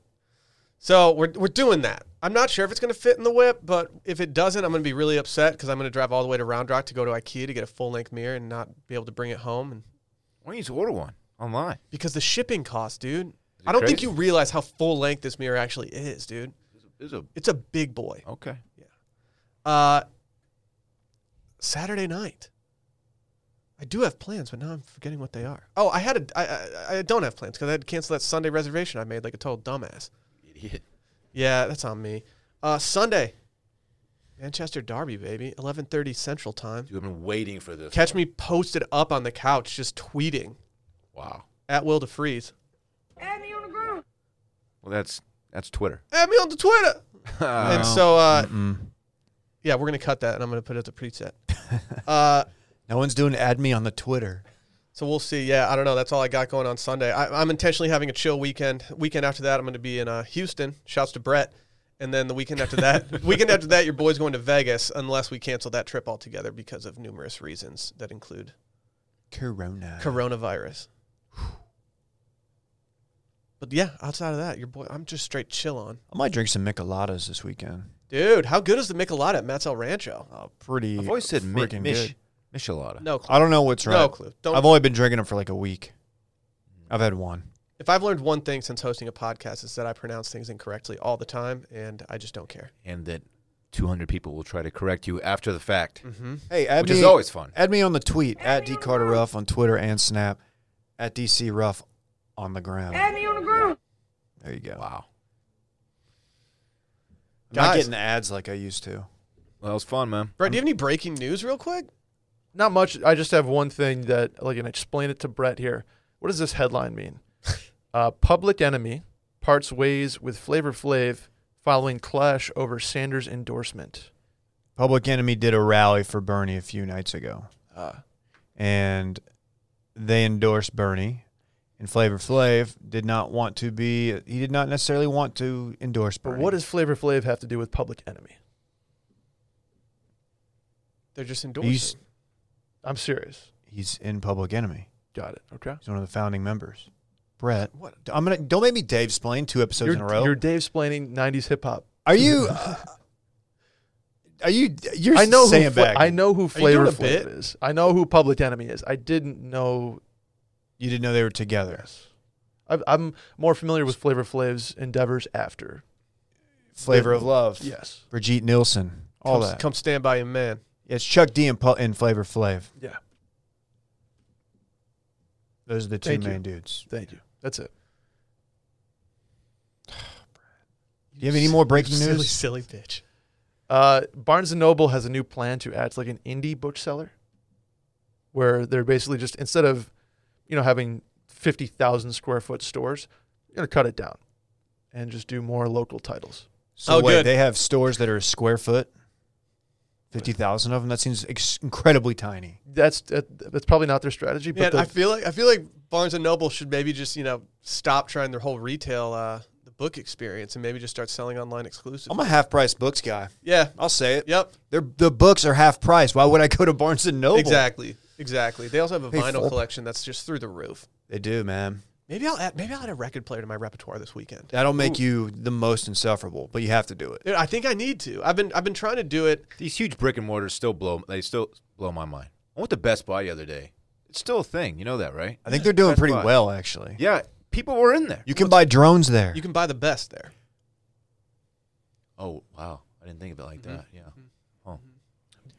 Speaker 1: So we're we're doing that. I'm not sure if it's going to fit in the whip, but if it doesn't, I'm going to be really upset because I'm going to drive all the way to Round Rock to go to IKEA to get a full length mirror and not be able to bring it home. And
Speaker 3: Why don't you just order one online?
Speaker 1: because the shipping cost, dude.
Speaker 3: it
Speaker 1: I don't think
Speaker 3: crazy?
Speaker 1: you realize how full length this mirror actually is, dude.
Speaker 3: There's a
Speaker 1: It's a big boy.
Speaker 3: okay.
Speaker 1: Uh, Saturday night. I do have plans, but now I'm forgetting what they are. Oh, I had a. I I, I don't have plans because I had to cancel that Sunday reservation I made like a total dumbass.
Speaker 3: Idiot.
Speaker 1: Yeah, that's on me. Uh, Sunday, Manchester Derby, baby, 11:30 Central Time.
Speaker 3: Dude, I've been waiting for this.
Speaker 1: Catch me posted up on the couch, just tweeting
Speaker 3: Wow.
Speaker 1: at Will to Freeze.
Speaker 3: Well, that's that's Twitter.
Speaker 1: Add me on the Twitter. and so, uh,
Speaker 2: Mm.
Speaker 1: Yeah, we're gonna cut that, and I'm gonna put it as a preset. uh,
Speaker 2: No one's doing add me on the Twitter.
Speaker 1: so we'll see. Yeah, I don't know. That's all I got going on Sunday. I, I'm intentionally having a chill weekend. Weekend after that, I'm gonna be in uh, Houston. Shouts to Brett. And then the weekend after that, weekend after that, your boy's going to Vegas unless we cancel that trip altogether because of numerous reasons that include
Speaker 2: Corona.
Speaker 1: coronavirus. But yeah, outside of that, your boy, I'm just straight chill on.
Speaker 2: I might drink some micheladas this weekend.
Speaker 1: Dude, how good is the Michelada at Matt's El Rancho?
Speaker 2: Oh, pretty.
Speaker 3: I've always said mi-
Speaker 2: freaking
Speaker 3: Mich-
Speaker 2: good.
Speaker 3: Michelada.
Speaker 1: No clue.
Speaker 2: I don't know what's right.
Speaker 1: No clue. Don't
Speaker 2: I've only been drinking them for like a week. I've had one.
Speaker 1: If I've learned one thing since hosting a podcast, it's that I pronounce things incorrectly all the time, and I just don't care.
Speaker 3: And that 200 people will try to correct you after the fact,
Speaker 2: Hey, add
Speaker 3: which
Speaker 2: me.
Speaker 3: is always fun.
Speaker 2: add me on the tweet at D Carter Ruff on Twitter and Snap at DC Ruff on the ground. Add me on the ground. There you go.
Speaker 3: Wow.
Speaker 2: I'm not
Speaker 1: Guys.
Speaker 2: getting the ads like I used to.
Speaker 3: Well, that was fun, man.
Speaker 1: Brett, do you have any breaking news, real quick?
Speaker 4: Not much. I just have one thing that, like, and explain it to Brett here. What does this headline mean? uh, Public Enemy parts ways with Flavor Flav following clash over Sanders endorsement.
Speaker 2: Public Enemy did a rally for Bernie a few nights ago, and they endorsed Bernie. And Flavor Flav did not want to be. He did not necessarily want to endorse
Speaker 4: But
Speaker 2: Bernie.
Speaker 4: what does Flavor Flav have to do with Public Enemy?
Speaker 1: They're just endorsing.
Speaker 2: he's
Speaker 4: I'm serious.
Speaker 2: he's in Public Enemy.
Speaker 4: Got it. Okay.
Speaker 2: He's one of the founding members. Brett,
Speaker 1: What?
Speaker 2: I'm gonna don't make me Dave Splain two episodes in a row.
Speaker 4: You're, you're Dave Splaining 90s hip hop.
Speaker 2: Are you? uh, are you? You're
Speaker 4: I know who Fla-
Speaker 2: sandbagging.
Speaker 4: I know who
Speaker 1: doing
Speaker 4: Flavor
Speaker 1: a bit?
Speaker 4: Flav is. I know who Public Enemy is. I didn't know.
Speaker 2: you didn't know they were together.
Speaker 4: I, I'm more familiar with Flavor Flav's endeavors after.
Speaker 2: Flavor of Love.
Speaker 4: Yes.
Speaker 2: Brigitte Nielsen. All
Speaker 1: come,
Speaker 2: that.
Speaker 1: Come stand by your man.
Speaker 2: Yeah, it's Chuck D and, Pu- and Flavor Flav.
Speaker 4: Yeah.
Speaker 2: Those are the two
Speaker 4: Thank you.
Speaker 2: main dudes.
Speaker 4: Thank you. That's it.
Speaker 2: Do you have any more breaking
Speaker 1: Silly,
Speaker 2: news?
Speaker 1: silly bitch.
Speaker 4: Uh, Barnes and Noble has a new plan to act like an indie bookseller, where they're basically just instead of, you know, having fifty thousand square foot stores, you're gonna cut it down, and just do more local titles.
Speaker 2: So
Speaker 1: Oh,
Speaker 2: wait,
Speaker 1: good.
Speaker 2: they have stores that are a square foot. Fifty thousand of them. That seems ex- incredibly tiny.
Speaker 4: That's that, that's probably not their strategy, but
Speaker 1: Man,
Speaker 4: the-
Speaker 1: I feel like I feel like Barnes and Noble should maybe just you know stop trying their whole retail uh, the book experience and maybe just start selling online exclusive.
Speaker 2: I'm a half price books guy.
Speaker 1: Yeah.
Speaker 2: I'll say it.
Speaker 1: Yep.
Speaker 2: They're, the books are half price. Why would I go to Barnes and Noble?
Speaker 1: Exactly. Exactly. They also have a
Speaker 2: Hey,
Speaker 1: vinyl
Speaker 2: Fulp.
Speaker 1: collection that's just through the roof.
Speaker 2: They do, man.
Speaker 1: Maybe I'll add, maybe I'll add a record player to my repertoire this weekend.
Speaker 2: That'll make you the most insufferable, but you have to do it.
Speaker 1: Dude, I think I need to. I've been I've been trying to do it.
Speaker 3: These huge brick and mortars still blow. They still blow my mind. I went to Best Buy the other day. It's still a thing. You know that, right?
Speaker 2: I think they're doing
Speaker 3: Best
Speaker 2: pretty
Speaker 3: Buy.
Speaker 2: well, actually.
Speaker 3: Yeah, people were in there.
Speaker 2: You can buy drones there.
Speaker 1: You can buy the best there.
Speaker 3: Oh wow, I didn't think of it like that. Yeah.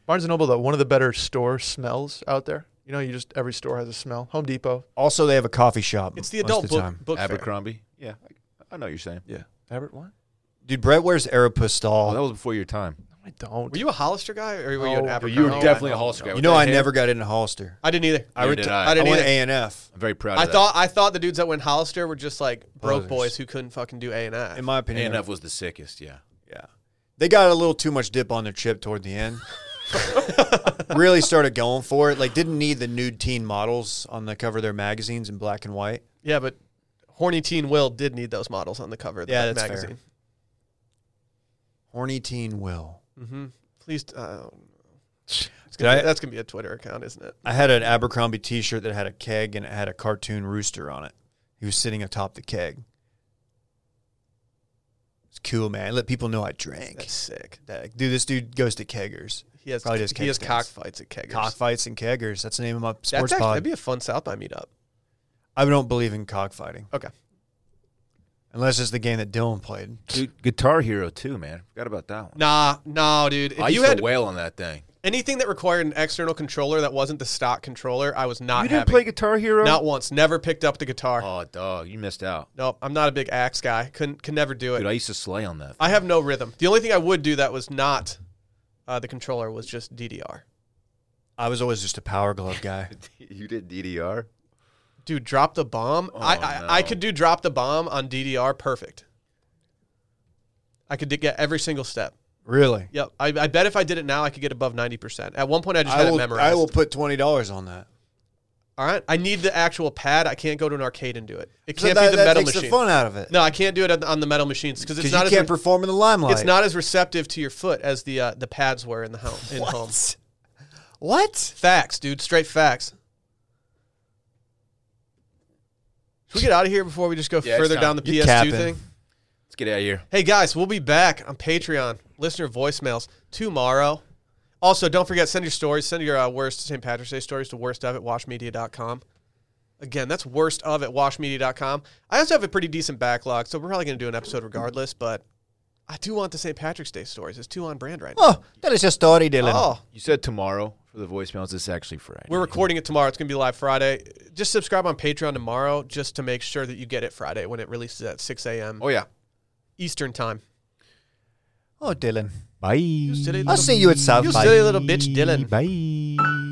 Speaker 4: Barnes and Noble, though, one of the better store smells out there. You know, you just every store has a smell. Home Depot,
Speaker 2: Also, they have a coffee shop.
Speaker 1: It's the
Speaker 2: most of
Speaker 1: adult
Speaker 2: the
Speaker 1: book
Speaker 2: time.
Speaker 1: book fair.
Speaker 3: Abercrombie. Yeah, I, I know what you're saying.
Speaker 4: yeah, Everett one.
Speaker 2: Dude, Brett wears
Speaker 3: Oh, that
Speaker 2: Aeropostale.
Speaker 3: was before your time.
Speaker 4: No, I don't.
Speaker 1: Were you a Hollister guy or were you an
Speaker 4: No, but
Speaker 1: Abercrombie?
Speaker 4: you were
Speaker 1: guy?
Speaker 4: definitely a
Speaker 3: Hollister guy.
Speaker 2: you know, I never got into Hollister.
Speaker 1: I didn't either.
Speaker 3: I,
Speaker 2: I
Speaker 3: never
Speaker 2: reti-
Speaker 3: did
Speaker 1: I
Speaker 3: I.
Speaker 1: didn't
Speaker 2: I went
Speaker 1: either.
Speaker 2: A&F.
Speaker 3: I'm very proud.
Speaker 1: I
Speaker 3: of
Speaker 1: thought I thought the dudes that went Hollister were just like broke
Speaker 2: Posers.
Speaker 1: boys who couldn't fucking do A and
Speaker 2: In
Speaker 1: F.
Speaker 2: my
Speaker 3: that.
Speaker 2: opinion,
Speaker 3: ANF was the sickest. Yeah.
Speaker 2: Yeah. They got a little too much dip on their chip toward the end. really started going for it. Like, didn't need the nude teen models on the cover of their magazines in black and white.
Speaker 1: Yeah, but horny teen Will did need those models on the cover of the
Speaker 2: Yeah, that's fair.
Speaker 1: magazine.
Speaker 2: Horny teen Will.
Speaker 1: Mm-hmm. Please, t- I don't know. It's
Speaker 2: Did
Speaker 1: gonna be-
Speaker 2: I-
Speaker 1: that's gonna be a Twitter account, isn't it?
Speaker 2: I had an Abercrombie t shirt that had a keg and it had a cartoon rooster on it. He was sitting atop the keg. It's cool, man. Let people know I drank.
Speaker 1: That's sick.
Speaker 2: That- dude, this dude goes to keggers,
Speaker 1: He has
Speaker 2: Probably just
Speaker 1: he has
Speaker 2: kickstands.
Speaker 1: cockfights at keggers.
Speaker 2: cockfights, and keggers. That's the name of my
Speaker 1: that's
Speaker 2: sports
Speaker 1: actually,
Speaker 2: pod.
Speaker 1: that'd be a fun South by meetup.
Speaker 2: I don't believe in cockfighting.
Speaker 1: Okay.
Speaker 2: Unless it's the game that Dylan played.
Speaker 3: Dude, Guitar Hero too, man. Forgot about that one.
Speaker 1: Nah, no, dude. If
Speaker 3: I
Speaker 1: you
Speaker 3: used
Speaker 1: had
Speaker 3: to wail on that thing.
Speaker 1: anything that required an external controller that wasn't the stock controller, I was not
Speaker 3: You didn't
Speaker 1: having.
Speaker 3: play Guitar Hero?
Speaker 1: not once. Never picked up the guitar.
Speaker 3: Oh, dog, you missed out.
Speaker 1: Nope. I'm not a big axe guy. Couldn't can never do it.
Speaker 3: Dude, I used to slay on that.
Speaker 1: I have no rhythm. The only thing I would do that was not uh, the controller was just DDR.
Speaker 2: I was always just a power glove guy.
Speaker 3: you did DDR?
Speaker 1: Dude, drop the bomb. I,
Speaker 3: Oh,
Speaker 1: I,
Speaker 3: no.
Speaker 1: I could do drop the bomb on DDR perfect. I could di- get every single step.
Speaker 2: really?
Speaker 1: Yep. I, I bet if I did it now, I could get above 90%. At one point, I just
Speaker 2: I
Speaker 1: had it
Speaker 2: will,
Speaker 1: memorized.
Speaker 2: I will put twenty dollars on that.
Speaker 1: All right. I need the actual pad. I can't go to an arcade and do it. It
Speaker 2: So
Speaker 1: can't be
Speaker 2: that,
Speaker 1: the
Speaker 2: that
Speaker 1: metal
Speaker 2: takes
Speaker 1: machine.
Speaker 2: the fun out of it.
Speaker 1: No, I can't do it on the, on the metal machines because it's
Speaker 2: because
Speaker 1: not
Speaker 2: you
Speaker 1: as
Speaker 2: can't
Speaker 1: re-
Speaker 2: perform in the limelight.
Speaker 1: it's not as receptive to your foot as the uh, the pads were in the home. In home.
Speaker 2: What? What?
Speaker 1: Facts, dude. Straight facts. Should we get out of here before we just go
Speaker 3: Yeah, it's
Speaker 1: further
Speaker 3: time.
Speaker 1: down the
Speaker 2: You
Speaker 1: PS2
Speaker 2: capping.
Speaker 1: thing?
Speaker 3: Let's get out of here.
Speaker 1: Hey guys, we'll be back on Patreon. Listener voicemails tomorrow. Also, don't forget send your stories. Send your uh, worst St. Patrick's Day stories to worst of at washmedia.com. Again, that's worst of at washmedia.com. I also have a pretty decent backlog, so we're probably going to do an episode regardless. But I do want the St. Patrick's Day stories. It's too on brand right now.
Speaker 2: Oh, that is a story, Dylan.
Speaker 1: Oh,
Speaker 3: You said tomorrow for the voicemails. It's actually Friday.
Speaker 1: we're recording it tomorrow. It's going to be live Friday. Just subscribe on Patreon tomorrow just to make sure that you get it Friday when it releases at 6 a.m.
Speaker 3: Oh yeah.
Speaker 1: Eastern time.
Speaker 2: Oh, Dylan.
Speaker 3: Bye.
Speaker 1: silly
Speaker 2: I'll see you at South
Speaker 1: You
Speaker 2: by.
Speaker 1: silly little bitch, Dylan.
Speaker 3: Bye.